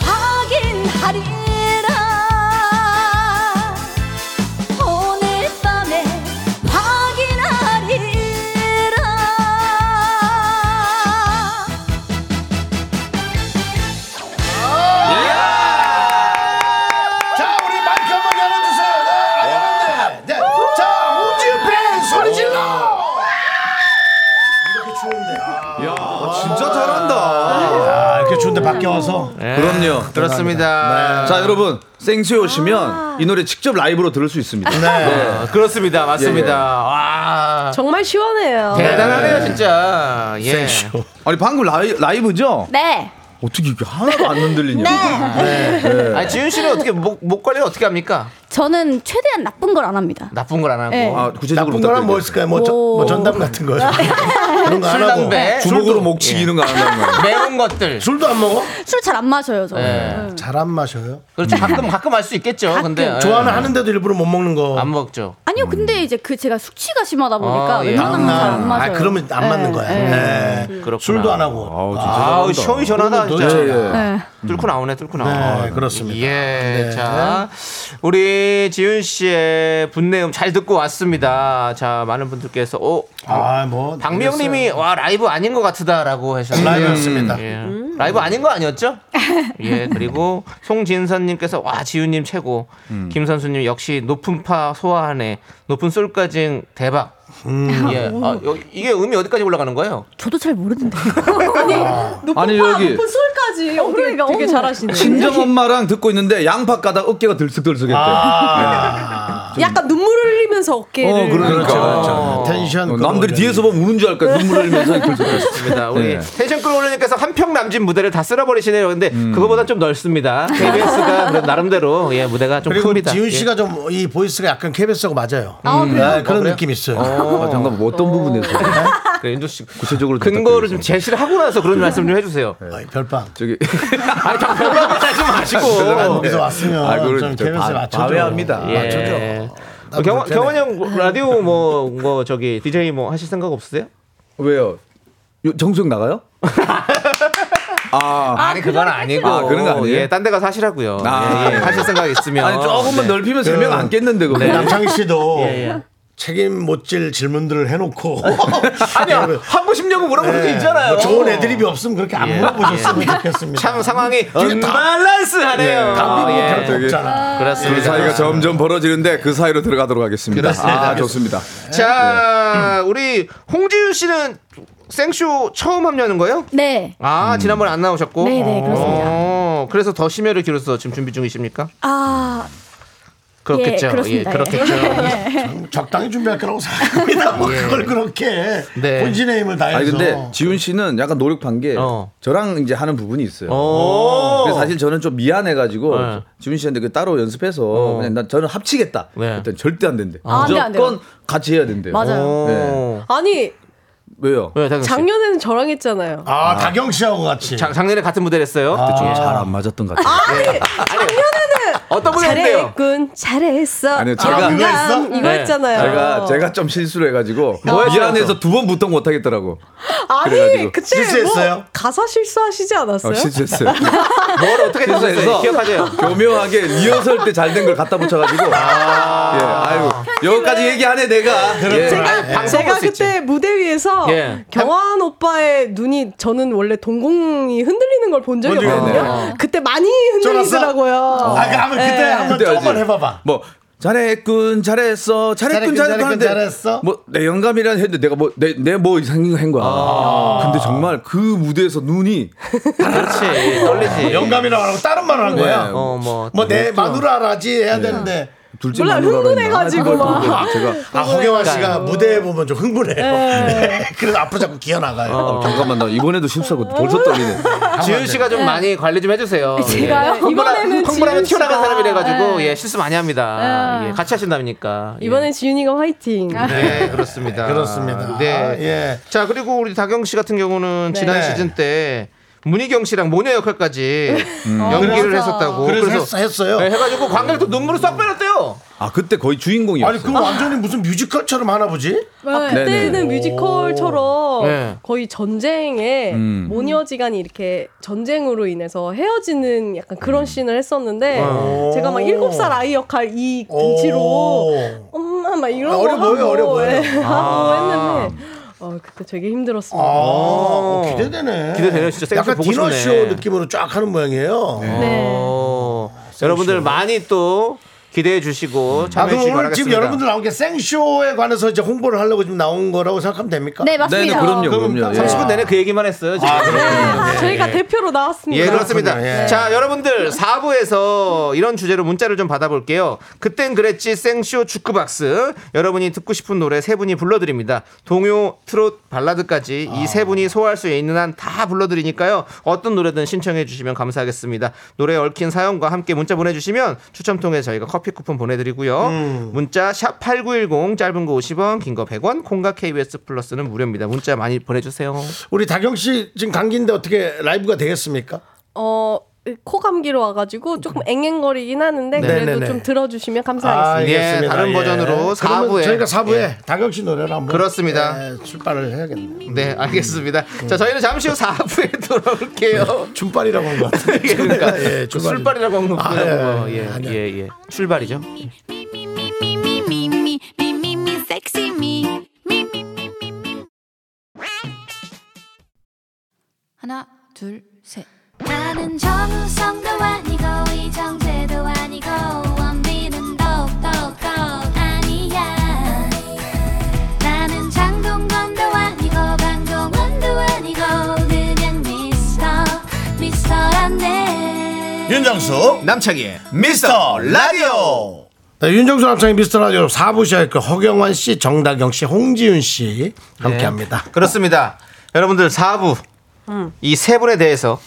C: 확
A: 네.
E: 진짜 잘한다.
A: 아, 이렇게 좋은데 밖에 와서.
B: 예,
E: 그럼요.
B: 그렇습니다.
E: 자 여러분 생수에 오시면 이 노래 직접 라이브로 들을 수 있습니다. 네.
B: 어, 그렇습니다. 맞습니다.
A: 예,
B: 와.
F: 정말 시원해요.
B: 대단하네요, 진짜. 예.
A: 네.
E: 아니 방금 라이, 라이브죠?
G: 네.
E: 어떻게 이게 하나도 안 흔들리냐?
B: 아니, 지윤 씨는 어떻게 목, 목 관리 어떻게 합니까?
G: 저는 최대한 나쁜 걸 안 합니다.
B: 나쁜 걸 안 하고.
G: 네.
E: 아 구체적으로
A: 나쁜 거랑 뭐
E: 부탁드릴게요.
A: 있을까요? 뭐, 저,
G: 오.
A: 뭐 전담 같은
G: 아,
A: 거요.
G: 네.
A: 그런 거 안
B: 술,
A: 하고. 네.
B: 담배.
E: 주먹으로 목 치기는 거 안 한다는 거예요.
B: 매운 것들.
A: 술도 안 먹어?
G: 술 잘 안 마셔요, 저.
B: 예.
G: 는
A: 잘 안 마셔요.
B: 그렇죠. 가끔 가끔 할 수 있겠죠. 근데 예.
A: 음. 네. 좋아하는 하는데도 일부러 못 먹는 거.
B: 안 먹죠.
G: 아니요, 근데 이제 그 제가 숙취가 심하다 보니까
B: 어, 예.
G: 웬만하면 잘
A: 아,
G: 안 마셔요.
A: 그러면 안 맞는 거야. 네.
B: 그렇구나.
A: 술도 안 하고.
E: 아우 진짜
B: 아우 시원시원하다
A: 그러면
B: 진짜.
A: 도대체-
G: 네.
B: 뚫고 나오네 뚫고 나와.
A: 네, 그렇습니다. 네.
B: 예. 자 우리 지윤 씨의 분내음 잘 듣고 왔습니다. 자 많은 분들께서 오
A: 아, 뭐.
B: 박미영님이 와 라이브 아닌 것 같다라고 하셨네요.
A: 라이브였습니다.
B: 예. 라이브 아닌 거 아니었죠? 예 그리고 송진선님께서 와 지윤님 최고.
A: 음.
B: 김선수님 역시 높은 파 소화하네. 높은 솔까지 대박.
A: 음.
B: 예. 아, 여- 이게 음이 어디까지 올라가는 거예요?
G: 저도 잘 모르는데.
E: 아니 여기
F: 술까지 어,
G: 그러니까,
F: 되게
G: 어머.
F: 잘하시네.
E: 친정 엄마랑 듣고 있는데 양파 까다 어깨가 네. 들썩들썩했대.
A: 아,
F: 약간 눈물 흘리면서 어깨를.
E: 어 그러니까.
A: 그렇죠, 그렇죠. 텐션.
E: 어,
A: 그거
E: 남들이
A: 올려야
E: 뒤에서
A: 돼.
E: 보면 우는 줄 알까 눈물 흘리면서 들썩들썩.
B: 있습니다. 우리
E: 네.
B: 텐션 끌어올리니께서 한평 남진 무대를 다 쓸어버리시네요. 근데 그거보다 좀 넓습니다. KBS가 나름대로 예 무대가 좀
A: 그리고
B: 큽니다.
A: 지훈
B: 예.
A: 씨가 좀 이 보이스가 약간 KBS하고 맞아요.
G: 아, 그래요?
A: 네, 그런 느낌 있어요.
E: 아, 잠깐만 뭐 어떤 부분에서
B: 그래, 윤조 씨
E: 구체적으로
B: 예. 근거를 좀
E: 부탁드리겠습니다.
B: 제시를 하고 나서 그런 말씀 좀 해주세요.
A: 어이, 별빵.
E: 저기
B: 아니 저 별로 말하지
A: 어,
B: 마시고.
A: 어디서 왔으면
E: 아, 그걸
A: 좀
E: 진짜
A: KBS에
E: 바-
A: 맞춰줘.
E: 바외합니다.
B: 예. 어, 경원 경원 형 라디오 뭐, 뭐 저기 DJ 뭐 하실 생각 없으세요?
E: 왜요? 요, 정수영 나가요? 아,
B: 아니 그건 아니고
E: 아, 그런 거 아니에요?
B: 예, 딴 데 가서 하시라고요.
E: 아.
B: 예, 예, 하실 생각 있으면
E: 아니 조금만
B: 네.
E: 넓히면 세 명 안 깼는데 그거.
A: 네, 남창희 씨도
B: 예, 예.
A: 책임 못 질 질문들을 해놓고 네,
B: 아니요 하고 싶냐고 물어보는 게 있잖아요.
A: 뭐 좋은 애드립이 없으면 그렇게 안
B: 예.
A: 물어보셨으면 좋겠습니다.
B: 참 상황이
A: 뒤에 다-
B: 언밸런스하네요.
A: 담배는
B: 예.
A: 별거
E: 되게-
A: 없잖아.
E: 그
B: 그렇습니다.
E: 사이가 점점 벌어지는데 그 사이로 들어가도록 하겠습니다.
A: 그렇습니다.
E: 아, 좋습니다.
B: 네. 자, 우리 홍지윤 씨는 생쇼 처음 합류하는 거예요?
G: 네.
B: 아, 지난번에 안 나오셨고.
G: 네, 네, 그렇습니다.
B: 어, 그래서 더 심혈을 기울여서 지금 준비 중이십니까? 예,
G: 아,
B: 그렇겠죠.
G: 예, 그렇습니다. 예.
B: 그렇겠죠.
A: 적당히 준비할 거라고 생각합니다. 뭐 그걸 그렇게
B: 네.
A: 본진의 힘을 다해서.
E: 아니 근데 지훈 씨는 약간 노력한 게
B: 어.
E: 저랑 이제 하는 부분이 있어요.
B: 오.
E: 그래서 사실 저는 좀 미안해가지고
B: 네.
E: 지훈 씨한테 그 따로 연습해서 그냥 난 저는 합치겠다.
B: 네.
E: 그랬더니 절대 안 된대.
G: 아, 안 돼, 안 돼.
E: 무조건 같이 해야 된대요.
G: 맞아요.
B: 오.
E: 네.
F: 아니
E: 왜요?
B: 왜, 다경 씨?
F: 작년에는 저랑 했잖아요.
A: 아, 다경 씨하고 같이.
B: 작- 작년에 같은 무대를 했어요.
E: 잘 안 맞았던 것 같아요.
B: 어떤 분이 했대요?
F: 잘했군, 잘했어.
E: 아니요, 제가-
F: 영감,
A: 그거 했어?
F: 이거
B: 네.
F: 했잖아요.
E: 제가 제가 좀 실수를 해가지고
B: 뭐 했어요,
E: 미안해서 두 번부터 못 하겠더라고.
F: 아니
E: 그래가지고.
F: 그때
A: 실수했어요?
F: 뭐 가사 실수하시지 않았어요?
E: 어, 실수했어요.
B: 뭘 어떻게 했어요?
E: 실수해서
B: 기억하세요.
E: 교묘하게 리허설 때 잘 된 걸 갖다 붙여가지고.
B: 아.
E: 예, 아이고 여기까지 얘기하네 내가.
B: 그렇죠.
E: 예.
B: 아니, 방송
F: 제가
B: 볼수 있지.
F: 그때 무대 위에서
B: 예.
F: 경환 오빠의 눈이 저는 원래 동공이 흔들리는 걸 본 적이
A: 본 적이
F: 없거든요.
A: 없네요.
F: 그때 많이
A: 쫄았어?
F: 흔들리더라고요.
A: 아, 그러면 그때
B: 네.
A: 한번
E: 그때
A: 조금만
E: 알지.
A: 해봐봐.
E: 뭐 잘했군 잘했어 잘했군
A: 잘했군,
E: 잘했군 하는데
A: 잘했어.
E: 뭐내 영감이란 했는데 내가 뭐 내 내 뭐 이상한 한 거야.
A: 아.
E: 근데 정말 그 무대에서 눈이
B: 그렇지. 떨리지.
A: 영감이라고 안 하고 다른 말을 한 거야.
E: 네.
B: 어, 뭐.
A: 어, 뭐 내 마누라라지
B: 네.
A: 해야 되는데.
E: 둘째
F: 몰라,
E: 마누라라는
F: 흥분해가지고
E: 그걸
F: 막.
E: 보고 제가
A: 아, 허경환 씨가 무대에 보면 좀 흥분해요. 그래서 앞으로 자꾸 기어나가요.
E: 어, 잠깐만 나 이번에도 실수하고
F: 어.
E: 벌써 떨리네.
B: 아, 지윤 씨가 좀 많이 관리 좀 해주세요.
G: 네. 제가요?
B: 예.
F: 이번에는
B: 흥분하면
F: 지윤
B: 튀어나간
F: 씨가-
B: 사람이라가지고 예, 실수 많이 합니다.
G: 네.
B: 예, 같이 하신다니까. 예.
F: 이번엔 지윤이가 화이팅.
B: 네 그렇습니다.
A: 그렇습니다.
B: 네.
A: 아, 예.
B: 자 그리고 우리 다경 씨 같은 경우는 지난
A: 네.
B: 시즌 때 문희경 씨랑 모녀 역할까지 연기를
G: 맞아.
B: 했었다고.
A: 어, 그래서 했- 했어요.
B: 네, 해가지고 관객도 눈물을 쏙 빼놨대요.
E: 아 그때 거의
A: 아니,
E: 주인공이었어.
A: 그거 완전히 무슨 뮤지컬처럼 하나 보지?
F: 아,
E: 네네.
F: 그때는 뮤지컬처럼
B: 네.
F: 거의 전쟁에
A: 음.
F: 모녀지간이 이렇게 전쟁으로 인해서 헤어지는 약간
A: 음.
F: 그런 씬을 했었는데
B: 아.
F: 제가 막 일곱 살 아이 역할 이 등치로
A: 오.
F: 엄마 막 이런
A: 아,
F: 거
A: 어려 보여요,
F: 하고,
A: 어려 보여요.
F: 예,
B: 아.
F: 하고 했는데 어, 그때 되게 힘들었습니다.
A: 아, 어, 기대되네.
B: 기대되네요. 네. 진짜 생쇼
A: 약간
B: 보고
A: 디너쇼
B: 싶네.
A: 아, 느낌으로 쫙 하는 모양이에요.
G: 네.
B: 어, 여러분들 많이 또 기대해 주시고
A: 아,
B: 참여해
A: 그럼
B: 주시기
A: 오늘
B: 바라겠습니다.
A: 지금 여러분들 나온 게 생쇼에 관해서 이제 홍보를 하려고 지금 나온 거라고 생각하면 됩니까?
G: 네
E: 네, 네,
G: 맞습니다.
E: 그럼요,
A: 그럼
E: 그럼요. 예.
B: 30분 내내 그 얘기만 했어요. 지금.
F: 저희가 대표로 나왔습니다.
B: 예, 그렇습니다.
A: 그렇군요. 아, 네. 예.
B: 자, 여러분들 4부에서 이런 주제로 문자를 좀 받아볼게요. 그땐 그랬지 생쇼 축구박스. 여러분이 듣고 싶은 노래 세 분이 불러드립니다. 동요, 트롯, 발라드까지
F: 아.
B: 이 세 분이 소화할 수 있는 한 다 불러드리니까요. 어떤 노래든 신청해 주시면 감사하겠습니다. 노래 얽힌 사연과 함께 문자 보내주시면 추첨 통해 저희가 커피 쿠폰 보내드리고요.
F: 음.
B: 문자 샵 #8910 짧은 거 50원, 긴 거 100원, 콩과 KBS 플러스는 무료입니다. 문자 많이 보내주세요.
A: 우리 다경 씨 지금 감기인데 어떻게 라이브가 되겠습니까?
F: 어, 코 감기로 와가지고 조금 앵앵거리긴 하는데 그래도
A: 네네네. 아.
F: 좀 들어주시면 감사하겠습니다.
A: 알겠습니다.
B: 예, 다른 버전으로
A: 그러면
B: 4부에. 예.
A: 저희가 4부에 다경 씨 노래를 한번
B: 그렇습니다.
A: 예, 출발을 해야겠네요.
B: 네, 알겠습니다.
A: 음.
B: 자, 저희는 잠시 후 4부에 돌아올게요.
A: 춤발이라고 한것 같아요.
B: 예, 그러니까
A: 예,
B: 그
A: 출발이-
B: 술발이라고 하는 거고요.
A: 아, 예, 예,
B: 예, 예,
A: 아니야.
B: 예, 출발이죠.
C: Me, me, me, me, me, me, me, me, me, me, sexy me. Me, me, me, me, me.
G: 하나 둘 셋.
C: 나는 정우성도 아니고 이정재도 아니고 원빈은 더욱더 아니야 나는 장동건도 아니고 강동원도 아니고 그냥 미스터 미스터란데
A: 윤정수
B: 남창희의
A: 미스터 라디오. 네, 윤정수 남창의 미스터 라디오 4부 시작했고 허경환 씨, 정다경 씨, 홍지윤 씨
B: 네.
A: 함께합니다.
B: 그렇습니다. 여러분들 4부 이 세 분에 대해서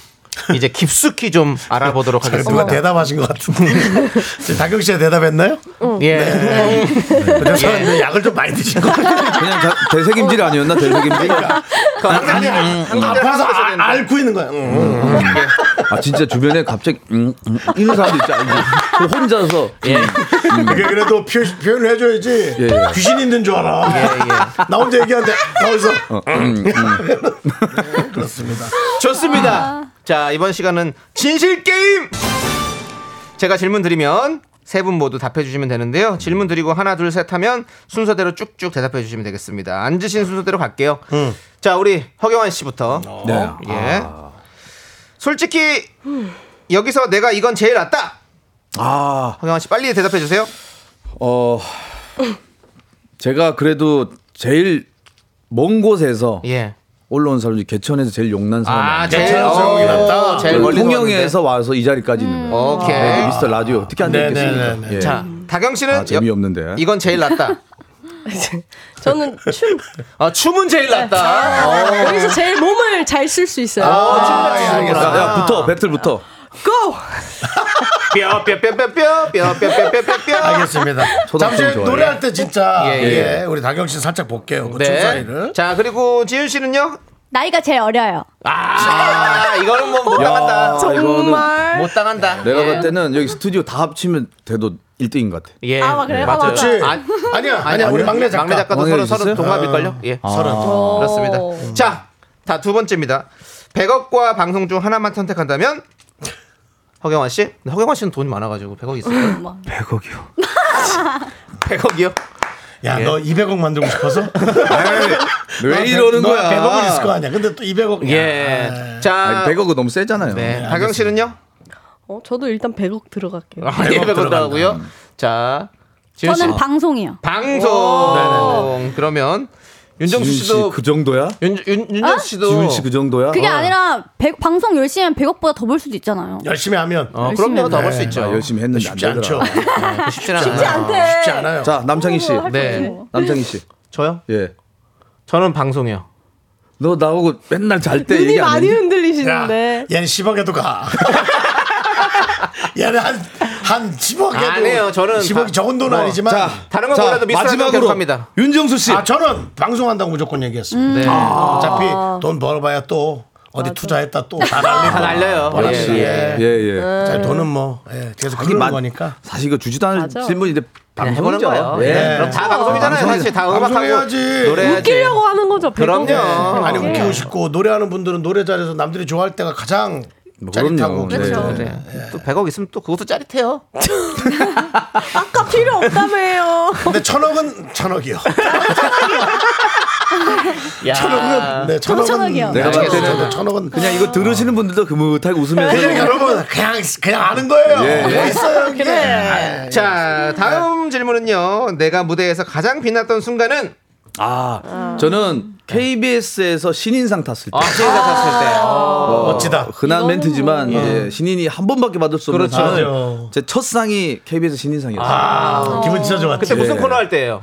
B: 이제 깊숙이 좀 알아보도록
A: 누가
B: 하겠습니다.
A: 대답하신 것 같은데 지금 다경 씨가 네. 대답했나요?
B: 예. 네.
A: 그래서 약을 좀 많이 드신 것 같아요.
E: 그냥 자, 대세김질 아니었나 대세김질?
B: 아니,
A: 아파서 아- 앓고 있는 거야. 음. 응, 응.
E: 아 진짜 주변에 갑자기 음, 음, 이런 사람도 있지 않니? 혼자서 예.
A: 그게 그래도 표, 표현을 해줘야지
E: 예, 예.
A: 귀신 있는 줄 알아.
B: 예,
A: 나 혼자 얘기하는데 거기서 그렇습니다.
B: 좋습니다. 자, 이번 시간은 진실 게임. 제가 질문 드리면 세 분 모두 답해 주시면 되는데요. 질문 드리고 하나 둘 셋 하면 순서대로 쭉쭉 대답해 주시면 되겠습니다. 앉으신 순서대로 갈게요.
E: 음.
B: 자, 우리 허경환 씨부터.
E: 네.
A: 어?
B: 예. 솔직히 여기서 내가 이건 제일 낫다.
E: 아,
B: 허경환 씨 빨리 대답해 주세요.
E: 어, 제가 그래도 제일 먼 곳에서
B: 예.
E: 올라온 사람 중에 개천에서 제일 용난 사람.
B: 아,
E: 아니에요?
B: 제일
A: 괜찮아요.
B: 어,
A: 낫다.
B: 제일 멀리
E: 통영에서 와서 이 자리까지 있는 거.
B: 오케이.
E: 네, 미스터 라디오 어떻게 안 되겠습니까?
A: 네네네네.
E: 예.
B: 자, 다경 씨는
E: 아, 재미없는데.
B: 여- 이건 제일 낫다.
F: 저는 춤
B: 아, 춤은 제일
A: 어.
B: 낫다.
F: 여기서 제일 몸을 잘 쓸 수 있어요.
A: 아.
G: 아, 예,
E: 야, 야, 붙어, 배틀부터.
F: 고!
B: 뼈뼈뼈뼈뼈뼈뼈뼈뼈뼈
A: 알겠습니다. 잠시
E: 초등학생 좋아해요.
A: 노래할 때 진짜
B: 예, 예.
A: 예, 우리 다경 씨 살짝 볼게요. 그 춤사위를.
B: 네. 자 그리고 지윤 씨는요?
G: 나이가 제일 어려요.
B: 아 이거는 뭐 못
E: 야,
B: 당한다.
E: 이거는
B: 못 당한다.
E: 내가 볼 때는 여기 스튜디오 다 합치면 돼도 1등인 것 같아.
B: 예.
F: 아, 그래요?
B: 맞아요.
A: 그렇지.
B: 아,
A: 아니야, 아니야. 우리 막내 작가. 아.
B: 막내 작가도
E: 막내
B: 서른
E: 있었어요?
B: 서른 동갑일걸요? 예.
A: 서른.
B: 그렇습니다. 자, 다 두 번째입니다. 100억과 방송 중 하나만 선택한다면 허경환 씨? 근데 허경환 씨는 돈이 많아가지고 100억 있어요.
E: 100억이요.
B: 100억이요?
A: 야, 너 200억 만들고 싶어서?
E: 왜 이러는
A: 너
E: 거야?
A: 100억은 있을 거 아니야. 근데 또 200억.
B: 예. 자,
E: 아니, 100억은 너무 세잖아요.
B: 네. 다경 씨는요?
F: 어, 저도 일단 100억 들어갈게요.
B: 아, 예, 100억
A: 들어간다.
B: 들어가고요. 자, 지윤 씨.
G: 저는 방송이요.
B: 방송. 그러면 윤정수
E: 지윤
B: 씨도
E: 씨그 정도야?
B: 윤, 윤, 윤정 씨도
E: 지훈 씨 그 정도야?
G: 그게
E: 어.
G: 아니라 백- 방송 열심히 하면 100억보다 더 벌 수도 있잖아요.
A: 열심히 하면
B: 어, 그럼 내가 더 벌 수
A: 네,
B: 있죠.
E: 아, 열심히 했는데 안
A: 쉽지
E: 되더라.
A: 않죠.
B: 쉽지는 않아요.
A: 쉽지 않아요.
E: 자, 남창희 씨.
B: 네.
E: 남창희 씨.
B: 저요?
E: 예.
B: 저는 방송이요.
E: 너 나오고 맨날 잘 때
F: 눈이
E: 얘기 안
F: 많이
E: 했니?
A: 야,
F: 흔들리시는데.
A: 얘는 10억에도 가. 얘는 한, 한 10억에도.
B: 안 해요, 저는
A: 10억이
B: 다-
A: 적은 돈은
B: 뭐,
A: 아니지만.
E: 자,
B: 다른 건 몰라도 미스터 라디오 기록합니다.
E: 윤정수 씨.
A: 아, 저는 방송한다고 무조건 얘기했습니다.
B: 네.
A: 음. 어차피
F: 아.
A: 돈 벌어봐야 또 어디 투자했다 또 다 날리고.
B: 다 날려요.
A: 버라시.
B: 예,
E: 예, 예.
F: 네.
A: 자, 돈은 뭐, 예, 계속 그런
E: 만-
A: 거니까.
E: 사실 이거 주지도 않은
F: 맞아. 네.
E: 질문인데
B: 그냥 해보는
E: 방송이죠.
B: 거예요.
E: 예.
B: 네. 그럼 다 방송이잖아요.
E: 방송이죠.
B: 사실 다 음악하고
A: 방송해야지.
B: 노래해야지.
F: 웃기려고 하는 거죠, 네. 100억.
B: 그럼요.
A: 아니 웃기고 싶고 노래하는 분들은 노래 잘해서 남들이 좋아할 때가 가장
E: 뭐 그럼요.
A: 짜릿하고 기쁘죠.
E: 네.
B: 네. 또 100억 있으면 또 그것도 짜릿해요.
F: 아까 필요 없다며요.
A: 근데 천억은 천억이요.
B: 야.
A: 천억은 네 천억은
F: 천억이요.
A: 네,
E: 내가 봤을
A: 천억은
E: 때는
A: 천억은
E: 그냥 이거 들으시는 분들도 그뭇하게 웃으면서
F: 네.
A: 그냥 그러니까 여러분 그냥 그냥 아는 거예요.
E: 예, 예.
A: 뭐 있어요 이게.
B: 자, 다음 질문은요. 내가 무대에서 가장 빛났던 순간은
E: 아,
A: 네.
E: 저는 KBS에서 신인상 탔을 때.
B: 아, 제가 탔을 때.
E: 어,
A: 아, 멋지다.
E: 흔한 멘트지만
F: 예.
E: 이제 신인이 한 번밖에 받을 수 없는
A: 그렇죠.
E: 제 첫 상이 KBS 신인상이었어요.
A: 아 기분 진짜 좋았지.
B: 그때 무슨
E: 예.
B: 코너 할 때예요?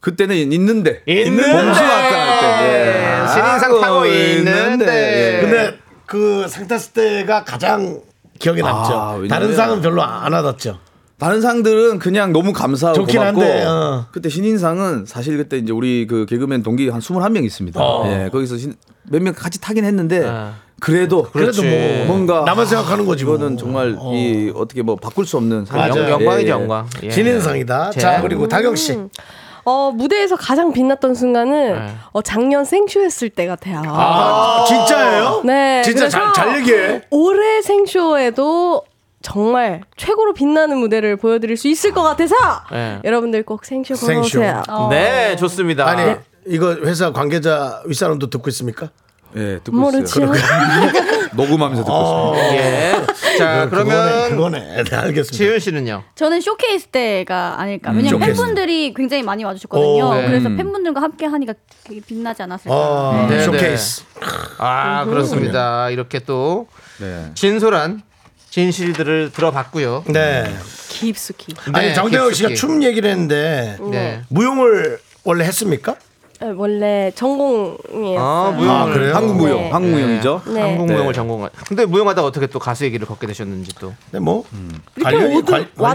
E: 그때는 있는데
B: 있는데.
E: 봉수 학당 할 때.
B: 예, 신인상 타고
E: 아,
B: 있는데.
E: 예.
B: 네.
A: 근데 그 상탔을 때가 가장 기억에 남죠.
E: 왜냐면-
A: 다른 상은 별로 안 와닿죠.
E: 다른 상들은 그냥 너무 감사하고
A: 좋긴
E: 고맙고
A: 한데, 어.
E: 그때 신인상은 사실 그때 이제 우리 그 개그맨 동기 한 21명 있습니다.
B: 어.
E: 예, 거기서 몇 명 같이 타긴 했는데
B: 네.
E: 그래도
A: 그래도 뭐
E: 뭔가 아,
A: 나만 생각하는 거지 뭐.
E: 이거는 정말 이 어떻게 뭐 바꿀 수 없는 상황.
A: 맞아요.
B: 영, 영광이죠, 영광. 예. 음.
A: 신인상이다. 자 그리고 다경 씨.
F: 어, 무대에서 가장 빛났던 순간은
B: 네.
F: 어, 작년 생쇼했을 때 같아요.
A: 아, 진짜예요?
F: 네.
A: 진짜 잘,
F: 그래서
A: 잘 얘기해.
F: 올해 생쇼에도 정말 최고로 빛나는 무대를 보여드릴 수 있을 것 같아서
B: 네.
F: 여러분들 꼭 생쇼 보러
A: 생쇼.
F: 오세요.
B: 네, 좋습니다.
A: 아니 이거 회사 관계자 윗사람도 듣고 있습니까?
E: 예, 듣고
F: 모르죠.
E: 있어요. 녹음하면서 듣고
A: 아,
E: 있어요.
B: 예. 자,
A: 그거네,
B: 그러면
A: 그거네. 네, 알겠습니다.
B: 지윤 씨는요?
G: 저는 쇼케이스 때가 아닐까.
E: 음,
G: 왜냐면
A: 쇼케이스.
G: 팬분들이 굉장히 많이 와주셨거든요.
A: 오,
G: 그래서 팬분들과 함께 하니까 되게 빛나지 않았을까.
A: 어,
B: 네, 네.
A: 쇼케이스.
B: 아, 그렇습니다. 이렇게 또
E: 네.
B: 진솔한 진실들을 들어봤고요.
A: 네.
F: 깊숙이.
A: 아니
B: 네,
A: 정대혁 씨가
B: 깊숙이.
A: 춤 얘기를 했는데
B: 네.
A: 무용을 원래 했습니까?
F: 네, 원래 전공이에요.
B: 아,
A: 아
B: 무용을
A: 그래요?
E: 한국 무용,
F: 네.
E: 한국 무용이죠.
F: 네.
B: 한국
E: 네.
B: 무용을 전공한. 근데 무용하다 어떻게 또 가수 얘기를 걷게 되셨는지 또
A: 네, 뭐
F: 이렇게
A: 관련이-
F: 오드-
A: 관- 관련이 있지 뭐.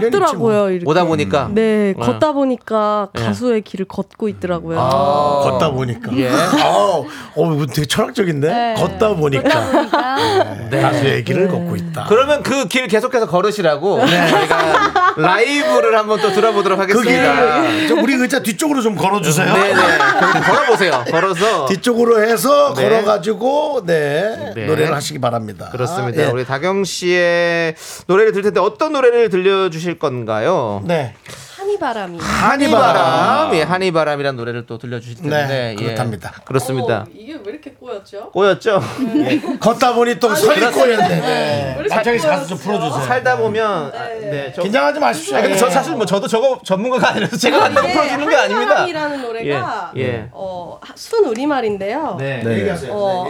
F: 왔더라고요. 이렇게.
B: 오다 보니까
F: 네,
B: 네.
F: 걷다 보니까 가수의 길을 걷고 있더라고요.
B: 어,
A: 걷다 보니까.
B: 예.
A: 어, 어, 되게 철학적인데 걷다 보니까 네. 가수의 얘기를 걷고 있다.
B: 그러면 그 길 계속해서 걸으시라고 저희가 라이브를 한번 또 들어보도록 하겠습니다.
A: 그게 저 우리 의자 뒤쪽으로 좀 걸어주세요.
B: 네네. 그럼 걸어보세요. 걸어서
A: 뒤쪽으로 해서
B: 네.
A: 걸어가지고 네,
B: 네.
A: 노래를 하시기 바랍니다.
B: 그렇습니다.
A: 예.
B: 우리 다경 씨의 노래를 들을 텐데 어떤 노래를 들려주실 건가요?
A: 네.
F: 한이바람이.
B: 아,
A: 한이바람.
B: 한이바람, 예, 한이바람이란 노래를 또 들려주실 텐데
A: 네,
B: 예.
A: 그렇답니다.
B: 그렇습니다.
F: 이게 왜 이렇게 꼬였죠?
B: 꼬였죠?
A: 예. 걷다 보니 또 서리꼬였네. 남창희 씨 가서 좀
B: 어,
A: 풀어주세요.
B: 살다 보면 아, 네, 저,
A: 긴장하지 마십시오. 예.
B: 아니, 근데 저 사실 뭐 저도 저거 전문가가 아니라서 제가 한다고 풀어주는 게 아닙니다.
F: 한이바람이라는 네, 노래가
B: 예, 예.
F: 어, 하- 순 우리말인데요.
B: 네.
F: 어,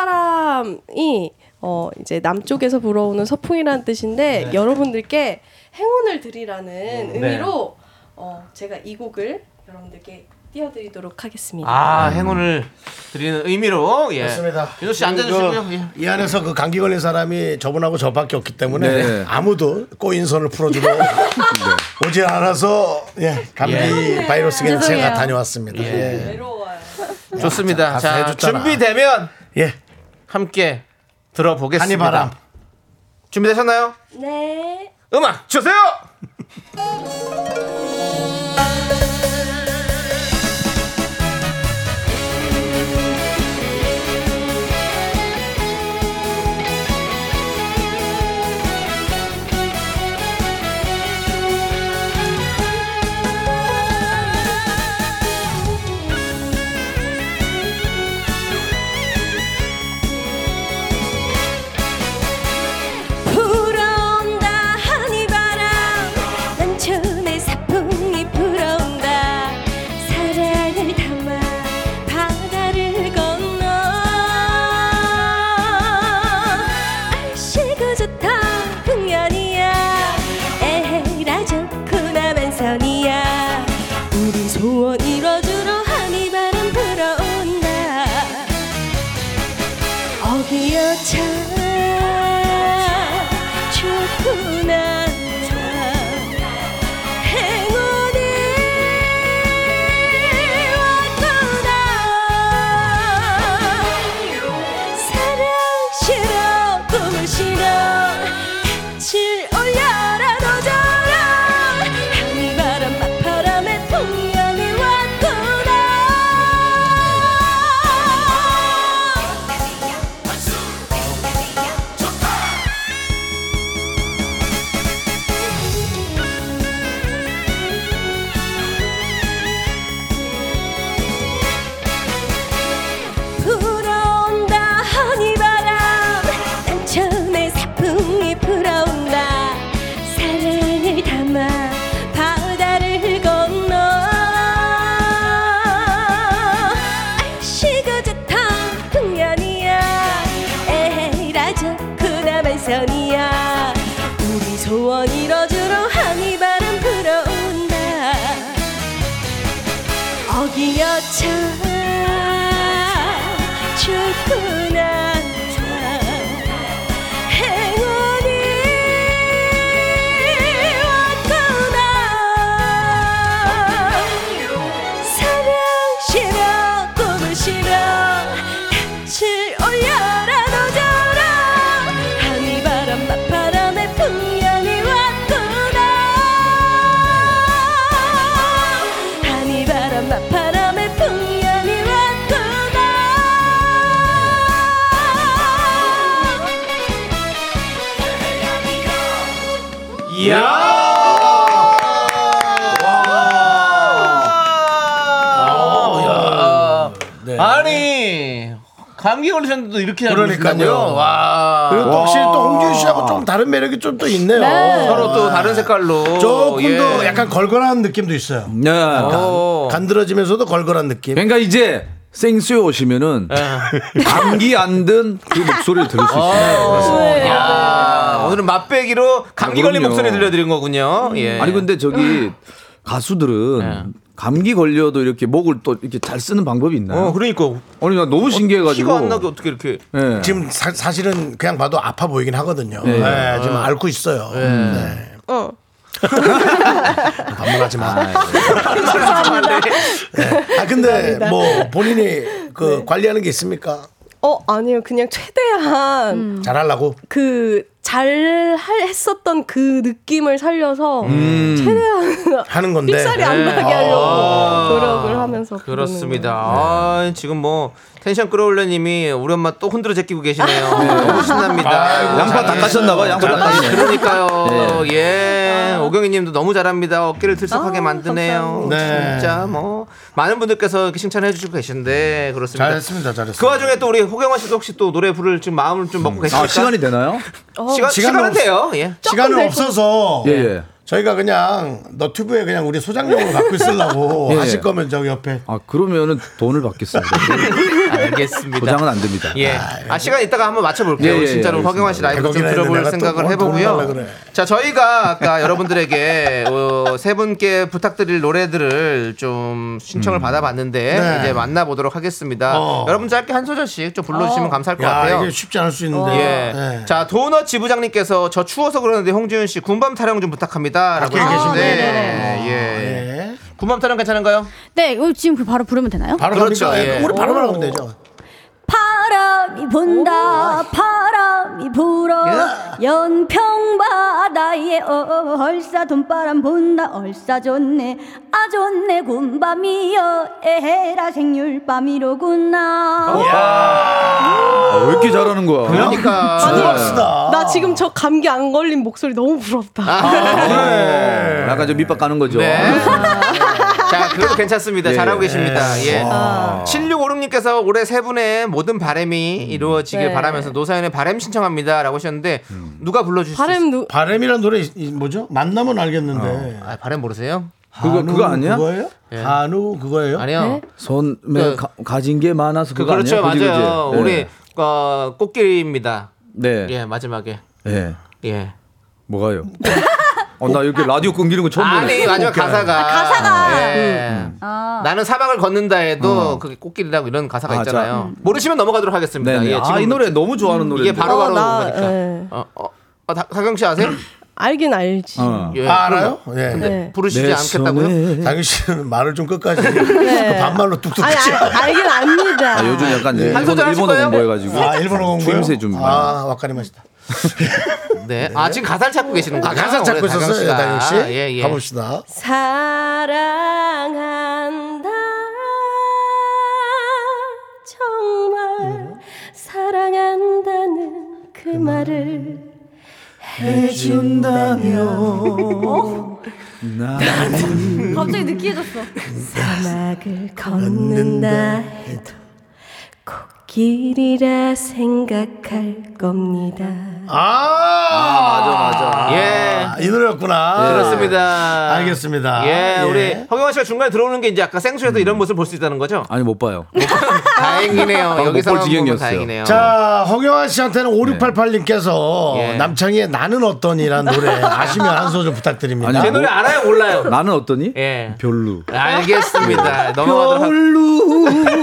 F: 한이바람이 어, 이제 남쪽에서 불어오는 서풍이라는 뜻인데
B: 네.
F: 여러분들께 행운을 드리라는 의미로 어, 제가 이 곡을 여러분들께 띄워드리도록 하겠습니다.
B: 아 행운을 드리는 의미로 예.
A: 그렇습니다.
B: 윤호 씨 앉아주시고요. 예.
A: 이 안에서 그 감기 걸린 사람이 저분하고 저밖에 없기 때문에
E: 네.
A: 아무도 꼬인 손을 풀어주고
B: 네.
A: 오지 않아서 예, 감기 바이러스에는 제가
G: 죄송해요.
A: 다녀왔습니다. 예.
F: 외로워요.
B: 예, 좋습니다.
A: 가사
B: 자,
A: 해줬잖아.
B: 준비되면
A: 예.
B: 함께 들어보겠습니다.
A: 한이바람.
B: 준비되셨나요?
F: 네.
B: 음악 주세요.
H: 불어온다 하늘바람 남촌의 사풍이 불어온다 사랑을 담아 바다를 건너 날씨가 좋다 풍년이야 에헤라 좋고 남한선이야 우리 소원 이뤄주러 하늘바람 불어온다 어기여차 좋구나 행운이 왔구나 사랑 싫어 꿈을 싫어 빛을 올려라 도져라 한바람 막바람에 풍년이 왔구나 올려라 노져라 하늘바람 맞바람에 풍년이 왔구나 하늘바람 맞바람에 풍년이 왔구나
B: 아, 네. 아니 감기 걸리셨는데도 이렇게 잘
A: 그러니까요.
B: 부르신다고요? 와.
A: 그리고 또 확실히 또 홍준 씨하고 좀 다른 매력이 좀 또 있네요.
B: 서로 또 다른 색깔로
A: 조금 더
B: 예.
A: 약간 걸걸한 느낌도 있어요.
E: 네.
B: 어.
A: 간드러지면서도 걸걸한 느낌.
E: 그러니까 이제 생수에 오시면은
B: 네.
E: 감기 안 든 그 목소리를 들을 수 있어요.
B: 아, 오늘은 맛배기로 감기 걸린
E: 그럼요.
B: 목소리 들려드린 거군요. 예.
E: 아니 근데 저기 가수들은
B: 네.
E: 감기 걸려도 이렇게 목을 또 이렇게 잘 쓰는 방법이 있나요?
B: 어 그러니까
E: 아니 나 너무 신기해가지고.
B: 티가 안 나게 어떻게 이렇게
E: 예.
A: 지금 사, 실은 그냥 봐도 아파 보이긴 하거든요. 네,
B: 아.
A: 지금 앓고 있어요. 네.
F: 어.
A: 반말하지 마.
B: 아, 예.
A: 네. 아 근데 뭐 본인이
F: 네.
A: 그 관리하는 게 있습니까?
F: 어 아니요 그냥 최대한
A: 음. 잘하려고.
F: 그 잘 했었던 그 느낌을 살려서
B: 음.
F: 최대한
A: 하는 건데.
F: 삑살이 안 나게 하려고
B: 네. 아,
F: 노력을 하면서 부르는
B: 그렇습니다. 아, 지금 뭐 텐션 끌어올려님이 우리 엄마 또 흔들어 제끼고 계시네요. 너무 신납니다.
E: 양파 닦아셨나봐. 양파 닦아셨네.
B: 그러니까요. 예. 오경희님도 너무 잘합니다. 어깨를 들썩하게 만드네요.
A: 아, 감사합니다. 네.
B: 진짜 뭐 많은 분들께서 이렇게 칭찬해 주시고 계신데 그렇습니다.
A: 잘했습니다. 잘했습니다.
B: 그 와중에 또 우리 호경화 씨도 혹시 또 노래 부를 좀 마음을 좀 먹고 계십니까?
E: 아 시간이 되나요?
B: 시간
A: 시간은
B: 시간은 돼요. 예.
A: 시간은 없어서
E: 예, 예.
A: 저희가 그냥 너튜브에 그냥 우리 소장용으로 갖고 있으려고
E: 예, 예.
A: 하실 거면 저기 옆에
E: 아 그러면은 돈을 받겠습니다.
B: 알겠습니다.
E: 보장은 안 됩니다.
B: 예. 아 시간 이따가 한번 맞춰볼게요.
E: 예,
B: 우리
E: 예,
B: 진짜로
E: 예,
B: 허경환 씨 라이브 좀
A: 백억이나
B: 들어볼
A: 했는데 내가
B: 생각을
A: 또
B: 해보고요.
A: 돈을 달라 그래.
B: 자 저희가 아까 여러분들에게 어, 세 분께 부탁드릴 노래들을 좀 신청을 받아봤는데
A: 음. 네.
B: 이제 만나보도록 하겠습니다.
A: 어.
B: 여러분 짧게 한 소절씩 좀 불러주시면 감사할 것
A: 야
B: 같아요.
A: 이게 쉽지 않을 수 있는데
B: 예.
A: 네.
B: 자, 도넛 지부장님께서 저 추워서 그러는데 홍지윤 씨 군밤 타령 좀 부탁합니다. 라고
A: 밖에
B: 하셨는데.
A: 계신데.
B: 예.
A: 예.
B: 군밤 타령 괜찮은가요?
G: 네, 이거 지금 그 바로 부르면 되나요?
A: 바로
B: 그렇죠,
A: 갑니까?
B: 예.
A: 우리 바로 나가면 되죠
H: 바람이 분다 바람이 불어 연평바다에 어, 얼싸 돈바람 분다 얼싸 좋네 아 좋네 군밤이여 에헤라
A: 어.
H: 생률밤이로구나
E: 아, 왜 이렇게 잘하는 거야?
B: 그러니까.
A: 박수다
F: 나 지금 저 감기 안 걸린 목소리 너무
B: 아,
F: 부럽다.
E: 어, 약간 좀 밑밥 까는 거죠.
B: 네. 아. 자, 그래도 괜찮습니다.
E: 예.
B: 잘하고 계십니다. 예.
E: 아.
B: 7656님께서 올해 세 분의 모든 바램이
E: 음.
B: 이루어지길
F: 네.
B: 바라면서 노사연의 바램 신청합니다. 라고 하셨는데,
E: 음.
B: 누가 불러주실 수 있어요?
F: 발음 누
A: 바람이란 노래 이- 이 뭐죠? 만나면 알겠는데
B: 아, 바램 모르세요?
E: 그거
A: 한우
E: 그거 아니야?
A: 그거예요? 한우 그거예요?
B: 아니요.
E: 손
B: 그-
E: 매, 가, 가진 게 많아서
B: 그,
E: 네? 그거
B: 그렇죠.
E: 아니야? 그지, 그지?
B: 맞아요.
E: 예.
B: 우리, 어, 꽃길입니다.
E: 네.
B: 예, 마지막에.
E: 예.
B: 예.
E: 뭐가요? 어, 나 이렇게 라디오 끊기는 거 처음 보네.
B: 아니 마지막 가사가
G: 가사가.
B: 예. 나는 사막을 걷는다 해도 그게 꽃길이라고 이런 가사가
E: 아,
B: 있잖아요. 모르시면 넘어가도록 하겠습니다.
E: 어. 네네.
B: 예, 지금
E: 아, 이 노래 너무 좋아하는 노래.
B: 이게 바로바로
F: 어, 나,
B: 그러니까.
F: 예.
B: 어, 어, 어, 다- 다경 씨 아세요?
F: 알긴 알지.
E: 어.
B: 예,
A: 아, 알아요? 예.
B: 그럼
F: 네.
B: 부르시지
E: 내
B: 않겠다고요?
E: 손에-
A: 장윤 씨는 말을 좀 끝까지
B: 네.
A: 그 반말로 뚝뚝
F: 아니,
A: 치지
F: 알, 알긴 압니다.
E: 아, 요즘 약간
A: 예.
E: 일본,
B: 한 소절 하실
E: 일본어
B: 거예요?
E: 공부해가지고.
A: 아 일본어 공부요?
E: 주임새 좀.
A: 아 와카리 맛있다
B: 네. 아, 지금 가사를 찾고 계시는 거예요?
A: 아 가사 찾고 있었어요 아, 다경 씨
B: 예, 예.
A: 가봅시다
H: 사랑한다 정말 사랑한다는 네. 그 말을 어?
G: 갑자기 느끼해졌어.
H: 막을 걷는다 해도 코끼리라 생각할 겁니다.
A: 아,
B: 맞아. 예.
A: 이 노래였구나
B: 그렇습니다.
A: 알겠습니다.
B: 예,
A: 예.
B: 우리 허경환 씨가 중간에 들어오는 게 이제 아까 생수에서 이런 모습을 볼 수 있다는 거죠?
E: 아니, 못 봐요.
B: 다행이네요.
E: 방금
B: 여기서
E: 못볼
B: 보면
E: 지경이었어요.
B: 다행이네요.
A: 자, 허경환 씨한테는 5688님께서
B: 예.
A: 남창희의 나는 어떤이라는 노래 아시면 한 소절 부탁드립니다. 예,
E: 아니,
B: 제그 노래 알아요? 몰라요?
E: 나는 어떠니?
B: 예.
E: 별루.
B: 알겠습니다. 넘어가도록 하-
E: 별루.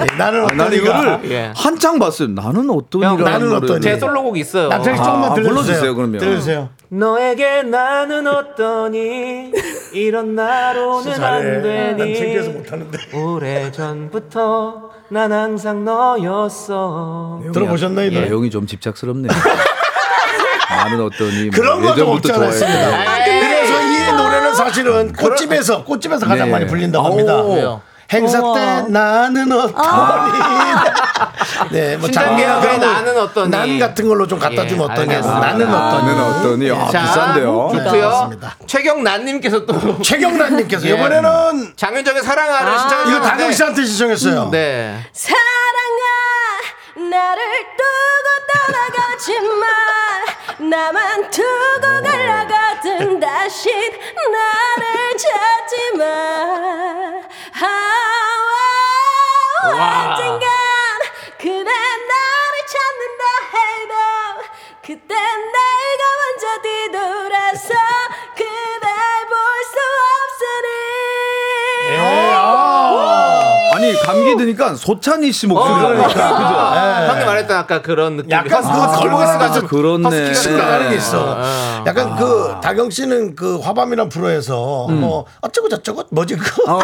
A: 예, 나는
E: 아, 난
A: 어떠니까.
E: 이거를
B: 예.
E: 한창 봤어요. 나는 어떤
B: 형,
E: 이라는
A: 나는
E: 노래를.
A: 어떤
B: 제 솔로곡 있어요.
A: 남창희 씨 조금만
E: 아,
A: 들려주세요.
E: 불러주세요, 그럼요.
A: 들려주세요.
B: 너에게 나는 어떠니 이런 나로는 안
A: 잘해. 난 창피해서
B: 되니
A: 못하는데.
B: 오래 전부터 난 항상 너였어.
A: 들어보셨나요, 이 노래?
E: 내용이 예. 아, 좀 집착스럽네요. 나는 어떠니 뭐
A: 그런 거좀
E: 예전부터
A: 없지
E: 좋아했어요.
A: 않았습니다. 그래서 이 노래는 사실은 꽃집에서 꽃집에서 가장
E: 네.
A: 많이 불린다고 합니다.
B: 왜요?
A: 행사
G: 우와.
A: 때 나는 어떠니? 네, 뭐
B: 신장기야,
A: 장기야 그런 거,
B: 나는 어떠니?
A: 난 같은 걸로 좀 갖다
B: 예,
A: 주면 어떠냐?
B: 알겠습니다.
A: 나는 어떠니?
E: 나는 어떠니? 아, 비싼데요.
B: 뭐,
A: 네,
B: 좋고요.
A: 알겠습니다.
B: 최경란님께서 또
A: 최경란님께서
B: 예.
A: 이번에는
B: 장윤정의 사랑하를
H: 아.
A: 이거
B: 신청해주셨는데
A: 다경 씨한테 신청했어요.
B: 네.
H: 사랑아 나를 두고 떠나가지만 나만 두고 갈라가든 다시 나를 찾지 마 아,
B: 와.
H: 언젠간 그래 나를 찾는다 해도 그때 내가 먼저 뒤돌아서 그댈 볼 수 없으니
E: 아니 감기 드니까 소찬이 씨 목소리가
A: 그러니까.
E: 나니까.
B: 아, 형님 말했던 아까 그런 느낌.
A: 약간 그거 걸고있어가
E: 아, 그렇네.
A: 치고 나가는 게 있어.
B: 아, 음.
A: 약간 그 다경 씨는 그 화밤이란 프로에서 뭐 어쩌고 저쩌고 뭐지 그
E: 어.
H: 아,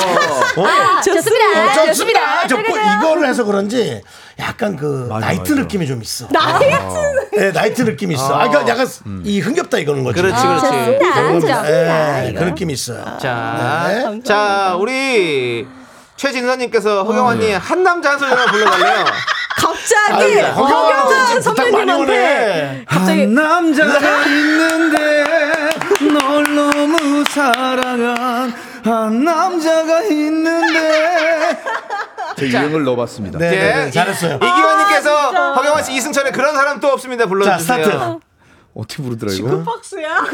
A: 어,
H: 좋습니다 네,
A: 좋습니다. 저뭐 이거를 해서 그런지 약간 그 나이트 느낌이 좀 있어.
H: 아.
A: 나이트? 네, 나이트 느낌이 있어. 아, 그러니까 약간 이 흥겹다 이거는 거지.
H: 아,
B: 음. 그렇지, 그렇지.
H: 좋습니다 아, 좋습니다
A: 예, 그 느낌이 있어요.
B: 자,
A: 네.
B: 자, 우리 최진서님께서 허경 언니 한 남자 한 소리 하나 불러달래요.
H: 갑자기
A: 어, 네. 아이고, 네. 허경환
H: 네, 허경환
A: 지금 부탁 많이
H: 선배님한테
A: 오네.
H: 갑자기
E: 남자가 있는데 널 너무 사랑한 한 남자가 있는데 제 유형을 넣어봤습니다.
A: 네, 네, 네,
B: 예.
A: 잘했어요.
H: 아,
B: 이기환님께서 허경환 씨 이승철의 그런 사람 또 없습니다
A: 자,
B: 불러주세요.
A: 스타트.
E: 어떻게 부르더라 이거?
H: 박수야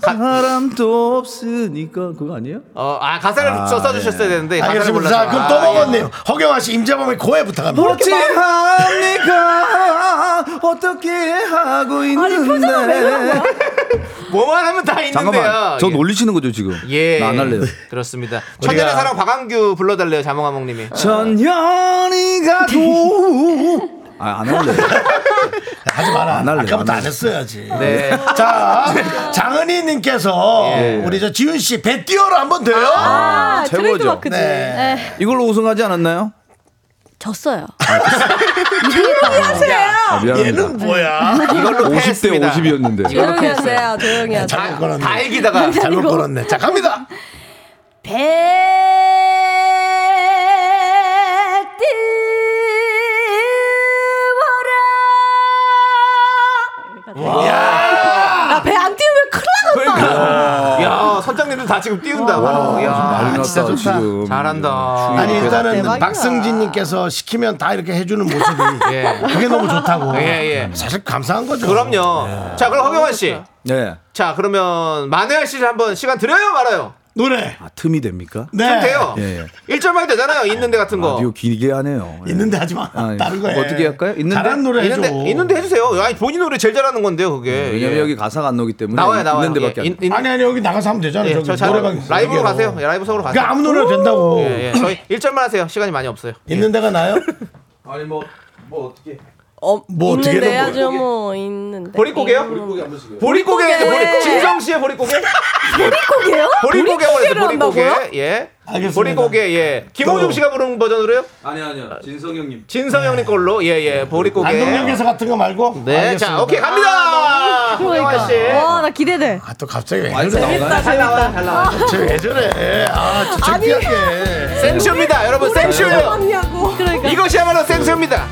E: 사람도 없으니까 그거 아니에요? 예.
B: 어, 아 가사를 써- 써주셨어야 되는데 가사를
A: 알겠습니다.
B: 몰라서. 아, 예.
A: 자, 그럼 또 먹었네요. 허경환 씨, 임재범의 고해 부탁합니다.
E: 어찌합니까 어떻게 하고 있는데
B: 아, 뭐만 하면 다 있는데요.
E: 잠깐만 저
B: 예.
E: 놀리시는 거죠 지금
B: 예.
E: 나안 할래요
B: 그렇습니다. 천년의 사랑 박완규 불러달래요. 자몽아몽님이.
E: 전현이가 도 아안 할래요
A: 하지 마라.
E: 안 할래요,
A: 아까부터
E: 안
A: 안 했어야지.
B: 네.
A: 자, 장은희님께서
B: 예.
A: 우리 저 지훈 씨, 배 띄어로 한번 돼요?
G: 아,
E: 최고죠.
G: 트레이드마크지. 에,
A: 네.
E: 이걸로 우승하지 않았나요?
G: 졌어요.
E: 아, 미안합니다
A: 얘는 뭐야?
B: 이걸로
E: 50대
B: 패했습니다.
E: 50이었는데
H: 조용히 하세요 조용히 하세요
A: 잘못 걸었네.
B: 아, 다 이기다가
A: 잘못 걸었네. 자, 갑니다.
H: 배띄워라 아, 배 안 띄우면 큰일 나겠다
B: 그러니까. 야 선장님들 다 지금 띄운다. 와, 야,
E: 난리
A: 진짜
E: 났다
A: 좋다.
E: 지금
B: 아, 잘한다.
A: 아니 일단은
H: 대박이다.
A: 박승진님께서 시키면 다 이렇게 해주는 모습이
B: 예.
A: 그게 너무 좋다고.
B: 예, 예.
A: 사실 감사한 거죠.
B: 그럼요. 자 그럼 허경환 씨.
E: 네.
B: 자 그러면 만회할 씨를 한번 시간 드려요 말아요.
A: 노래.
E: 아 틈이 됩니까?
B: 좀
A: 네.
B: 돼요.
E: 예, 예.
B: 1절만 되잖아요. 있는데 같은 거.
E: 라디오 길게 하네요 예.
A: 있는데 하지 마.
E: 아,
A: 다른 거에.
E: 어떻게 할까요? 있는데?
A: 잘하는 노래 해줘.
B: 있는데 있는데 해주세요. 아니 본인 노래 제일 잘하는 건데요 그게.
E: 음, 왜냐면
B: 예.
E: 여기 가사가 안 나오기 때문에
B: 나와요 나와요.
E: 있는데밖에
B: 예,
E: 안
B: 인- 인-
A: 아니 아니 여기 나가서 하면 되잖아.
B: 예, 저
A: 저기
B: 잘-
A: 노래방
B: 라이브로
A: 세계로.
B: 가세요. 예, 라이브 속으로 가세요.
A: 그러니까 아무 노래나 된다고.
B: 예, 예. 저희 1절만 하세요. 시간이 많이 없어요.
A: 있는데가 나요?
E: 아니 뭐 뭐 어떻게
H: 어,
A: 뭐 어떻게
H: 있는데
A: 해놓은
H: 야죠 뭐 있는데
B: 보릿고개요? 보릿고개
H: 보릿고개.
B: 보릿 진성 씨의 보릿고개?
H: 보릿고개요?
B: 예. 보릿고개 뭐 보릿고개
H: 한다고요?
B: 보릿고개 예
A: 알겠습니다.
B: 보릿고개 예 김호중
A: 또.
B: 씨가 부른 버전으로요?
E: 아니 아니요 진성 형님
B: 진성 형님 걸로 예예 보릿고개
A: 안동역에서 같은 거 말고.
B: 네자 오케이 갑니다
H: 그러니까.
B: 호영아 어, 씨잘
G: 와, 나 기대돼.
A: 아또 갑자기 왜?
E: 아니 나오나요?
B: 나와 잘 나와
A: 쟤왜 저래? 아 진짜 창피하게.
B: 생쇼입니다 여러분 생쇼예요
H: 하냐고 그러니까
B: 이것이야말로 생쇼입니다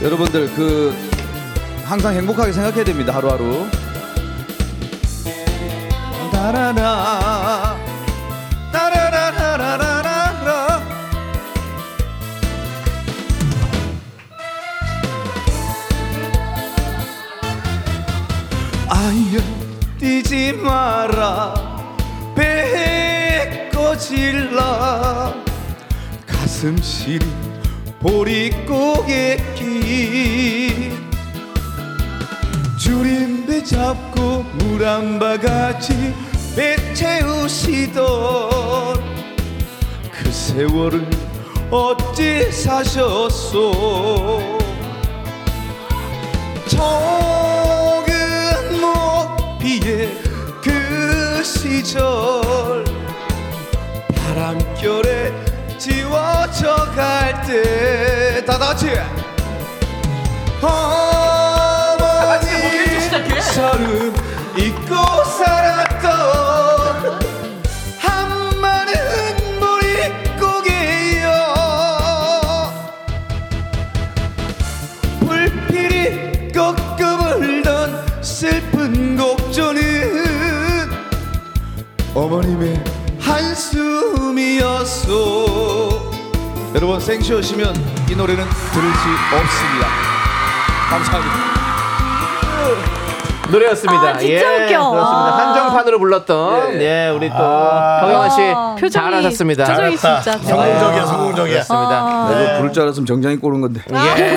E: 여러분들 그 항상 행복하게 생각해야 됩니다 하루하루 따라라 따라라라라라라 아유 뛰지 마라 배 꺼질라 가슴 시린 보릿고개 길 줄임배 잡고 물 한 바가지 배 채우시던 그 세월을
D: 어찌 사셨소 적은 높이의 그 시절 바람결에 지워져 갈 때 다 같이 어머니 서름 잊고 살았던 한 많은 머릿고개여 불필히 꺾어버리던 슬픈 곡조는 어머님의 한숨이었소 여러분 생쇼시면 이 노래는 들을 수 없습니다 감사합니다
B: 노래였습니다.
H: 아, 진짜
B: 예,
H: 웃겨.
B: 그렇습니다.
H: 아.
B: 한정판으로 불렀던 예, 우리 또 경영환 씨
H: 표정이-
B: 어, 잘하셨습니다.
H: 표정이
A: 자,
H: 진짜
A: 아,
B: 아,
A: 성공적이야, 성공적이야.
B: 그렇습니다.
E: 나 이거 부를 줄 알았으면 정장 입고 오는 건데.
B: 아.
E: 예,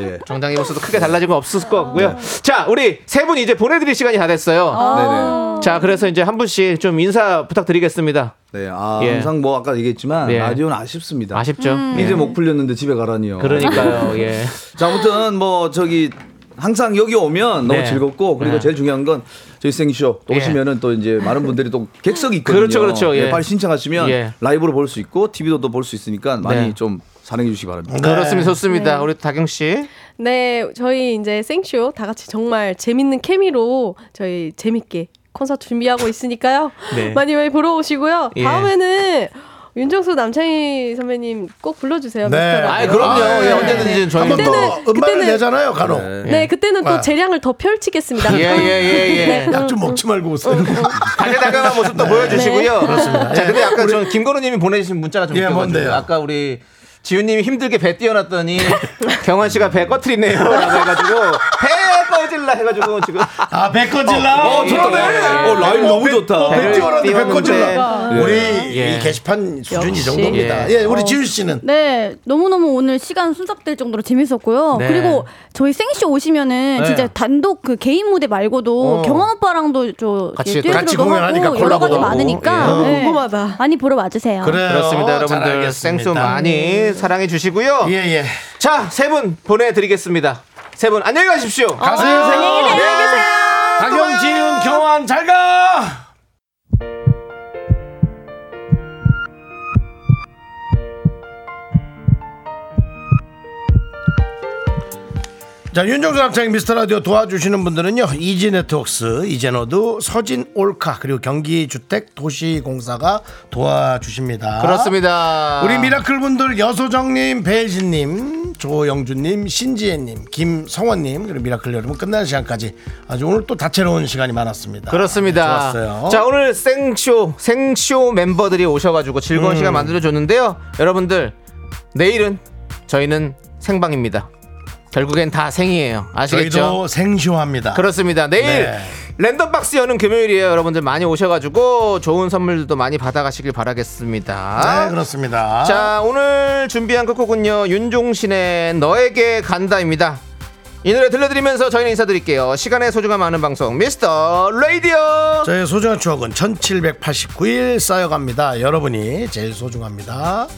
E: 예.
B: 정장 입었어도 크게 달라진 건 없을 것 같고요. 자, 우리 세 분 이제 보내드릴 시간이 다 됐어요.
E: 네네.
B: 자, 그래서 이제 한 분씩 좀 인사 부탁드리겠습니다.
E: 네, 아,
B: 예.
E: 항상 뭐 아까 얘기했지만
B: 예.
E: 라디오는 아쉽습니다. 음.
B: 아쉽죠? 예.
E: 이제 못 풀렸는데 집에 가라니요.
B: 그러니까요. 예.
E: 자, 아무튼 뭐 저기 항상 여기 오면 너무
B: 네.
E: 즐겁고 그리고
B: 네.
E: 제일 중요한 건 저희 생쇼 또
B: 예.
E: 오시면은 또 이제 많은 분들이 또 객석이 있거든요.
B: 그렇죠, 그렇죠. 예.
E: 네, 빨리 신청하시면
B: 예.
E: 라이브로 볼 수 있고 TV도 또 볼 수 있으니까 많이
B: 네.
E: 좀 사랑해 주시기 바랍니다.
B: 그렇습니다. 좋습니다. 우리 다경 씨.
F: 네, 저희 이제 생쇼 다 같이 정말 재밌는 케미로 저희 재밌게 콘서트 준비하고 있으니까요.
B: 네.
F: 많이 많이 보러 오시고요.
B: 예.
F: 다음에는 윤정수 남창희 선배님 꼭 불러주세요.
A: 네.
F: 미스터 라디오.
B: 아, 그럼요.
A: 아,
B: 예,
A: 네.
B: 언제든지 저희
A: 한번
B: 뭐.
A: 더
F: 그때는-
A: 음반을
F: 그때는-
A: 내잖아요, 간혹.
F: 네, 그때는
A: 와.
F: 또 재량을 더 펼치겠습니다.
B: 예, 예, 예, 예.
A: 약 좀 먹지 말고
F: 어,
A: 오세요.
B: 다재다감한 모습도 보여주시고요. 네. 그렇습니다. 자, 근데 아까 전 김건우님이 보내주신 문자가 좀
A: 예,
B: 웃겨가지고
A: 뭔데요?
B: 아까 우리 지훈님이 힘들게 배 띄어놨더니 경환 씨가 배 꺼트리네요라고 해가지고 배 꺼질라 해가지고 지금
A: 아, 백거질라.
B: 어, 그러네.
E: 어, 라임 너무 좋다.
B: 배를
A: 백지원한테 백거질라.
B: 띄웠는데.
A: 우리
B: 네. 예.
A: 이 게시판 수준 이
F: 네. 역시. 어.
A: 정도입니다. 예, 우리 지윤 씨는
G: 네, 너무너무 오늘 시간 순삭될 정도로 재밌었고요.
B: 네.
G: 그리고 저희 생쇼 오시면은
B: 네.
G: 진짜 단독 그 개인 무대 말고도
A: 어.
G: 경원 오빠랑도 저
B: 같이
G: 예,
A: 같이
G: 듀엣으로도
A: 공연하니까
G: 하고 여러 가지
A: 콜라보도 하고. 그렇죠.
G: 많으니까
F: 예.
G: 네.
F: 궁금하다.
G: 많이 보러 와주세요.
A: 그래요.
B: 그렇습니다,
A: 어, 잘
B: 여러분들
A: 알겠습니다. 음.
B: 생쇼 많이 사랑해 주시고요.
A: 예, 예.
B: 자, 세 분 보내드리겠습니다. 세 분 안녕히 가십시오.
A: 가세요. 어, 안녕히 계세요. 다경, 지윤, 경환 잘 가. 자, 윤종수 남창 미스터 라디오 도와주시는 분들은요. 이지 네트웍스, 이젠어두, 서진 올카, 그리고 경기 주택 도시 공사가 도와주십니다.
B: 그렇습니다.
A: 우리 미라클 분들 여소정님, 배혜진님, 조영준님, 신지혜님, 김성원님 그리고 미라클 여러분 끝나는 시간까지 아주 오늘 또 다채로운 시간이 많았습니다. 네,
B: 그렇습니다.
A: 예, 좋았어요.
B: 자 오늘 생쇼 생쇼 멤버들이 오셔가지고
A: 음.
B: 즐거운 시간 만들어줬는데요. 여러분들 내일은 저희는 생방입니다. 결국엔 다 생이에요. 아시겠죠?
A: 저희도 생쇼합니다.
B: 그렇습니다. 내일
A: 네.
B: 랜덤 박스 여는 금요일이에요. 여러분들 많이 오셔가지고 좋은 선물들도 많이 받아가시길 바라겠습니다.
A: 네, 그렇습니다.
B: 자 오늘 준비한 끝곡은요 윤종신의 너에게 간다입니다 이 노래 들려드리면서 저희는 인사드릴게요 시간의 소중함 아는 방송 미스터 라디오
A: 저의 소중한 추억은 1789일 쌓여갑니다. 여러분이 제일 소중합니다.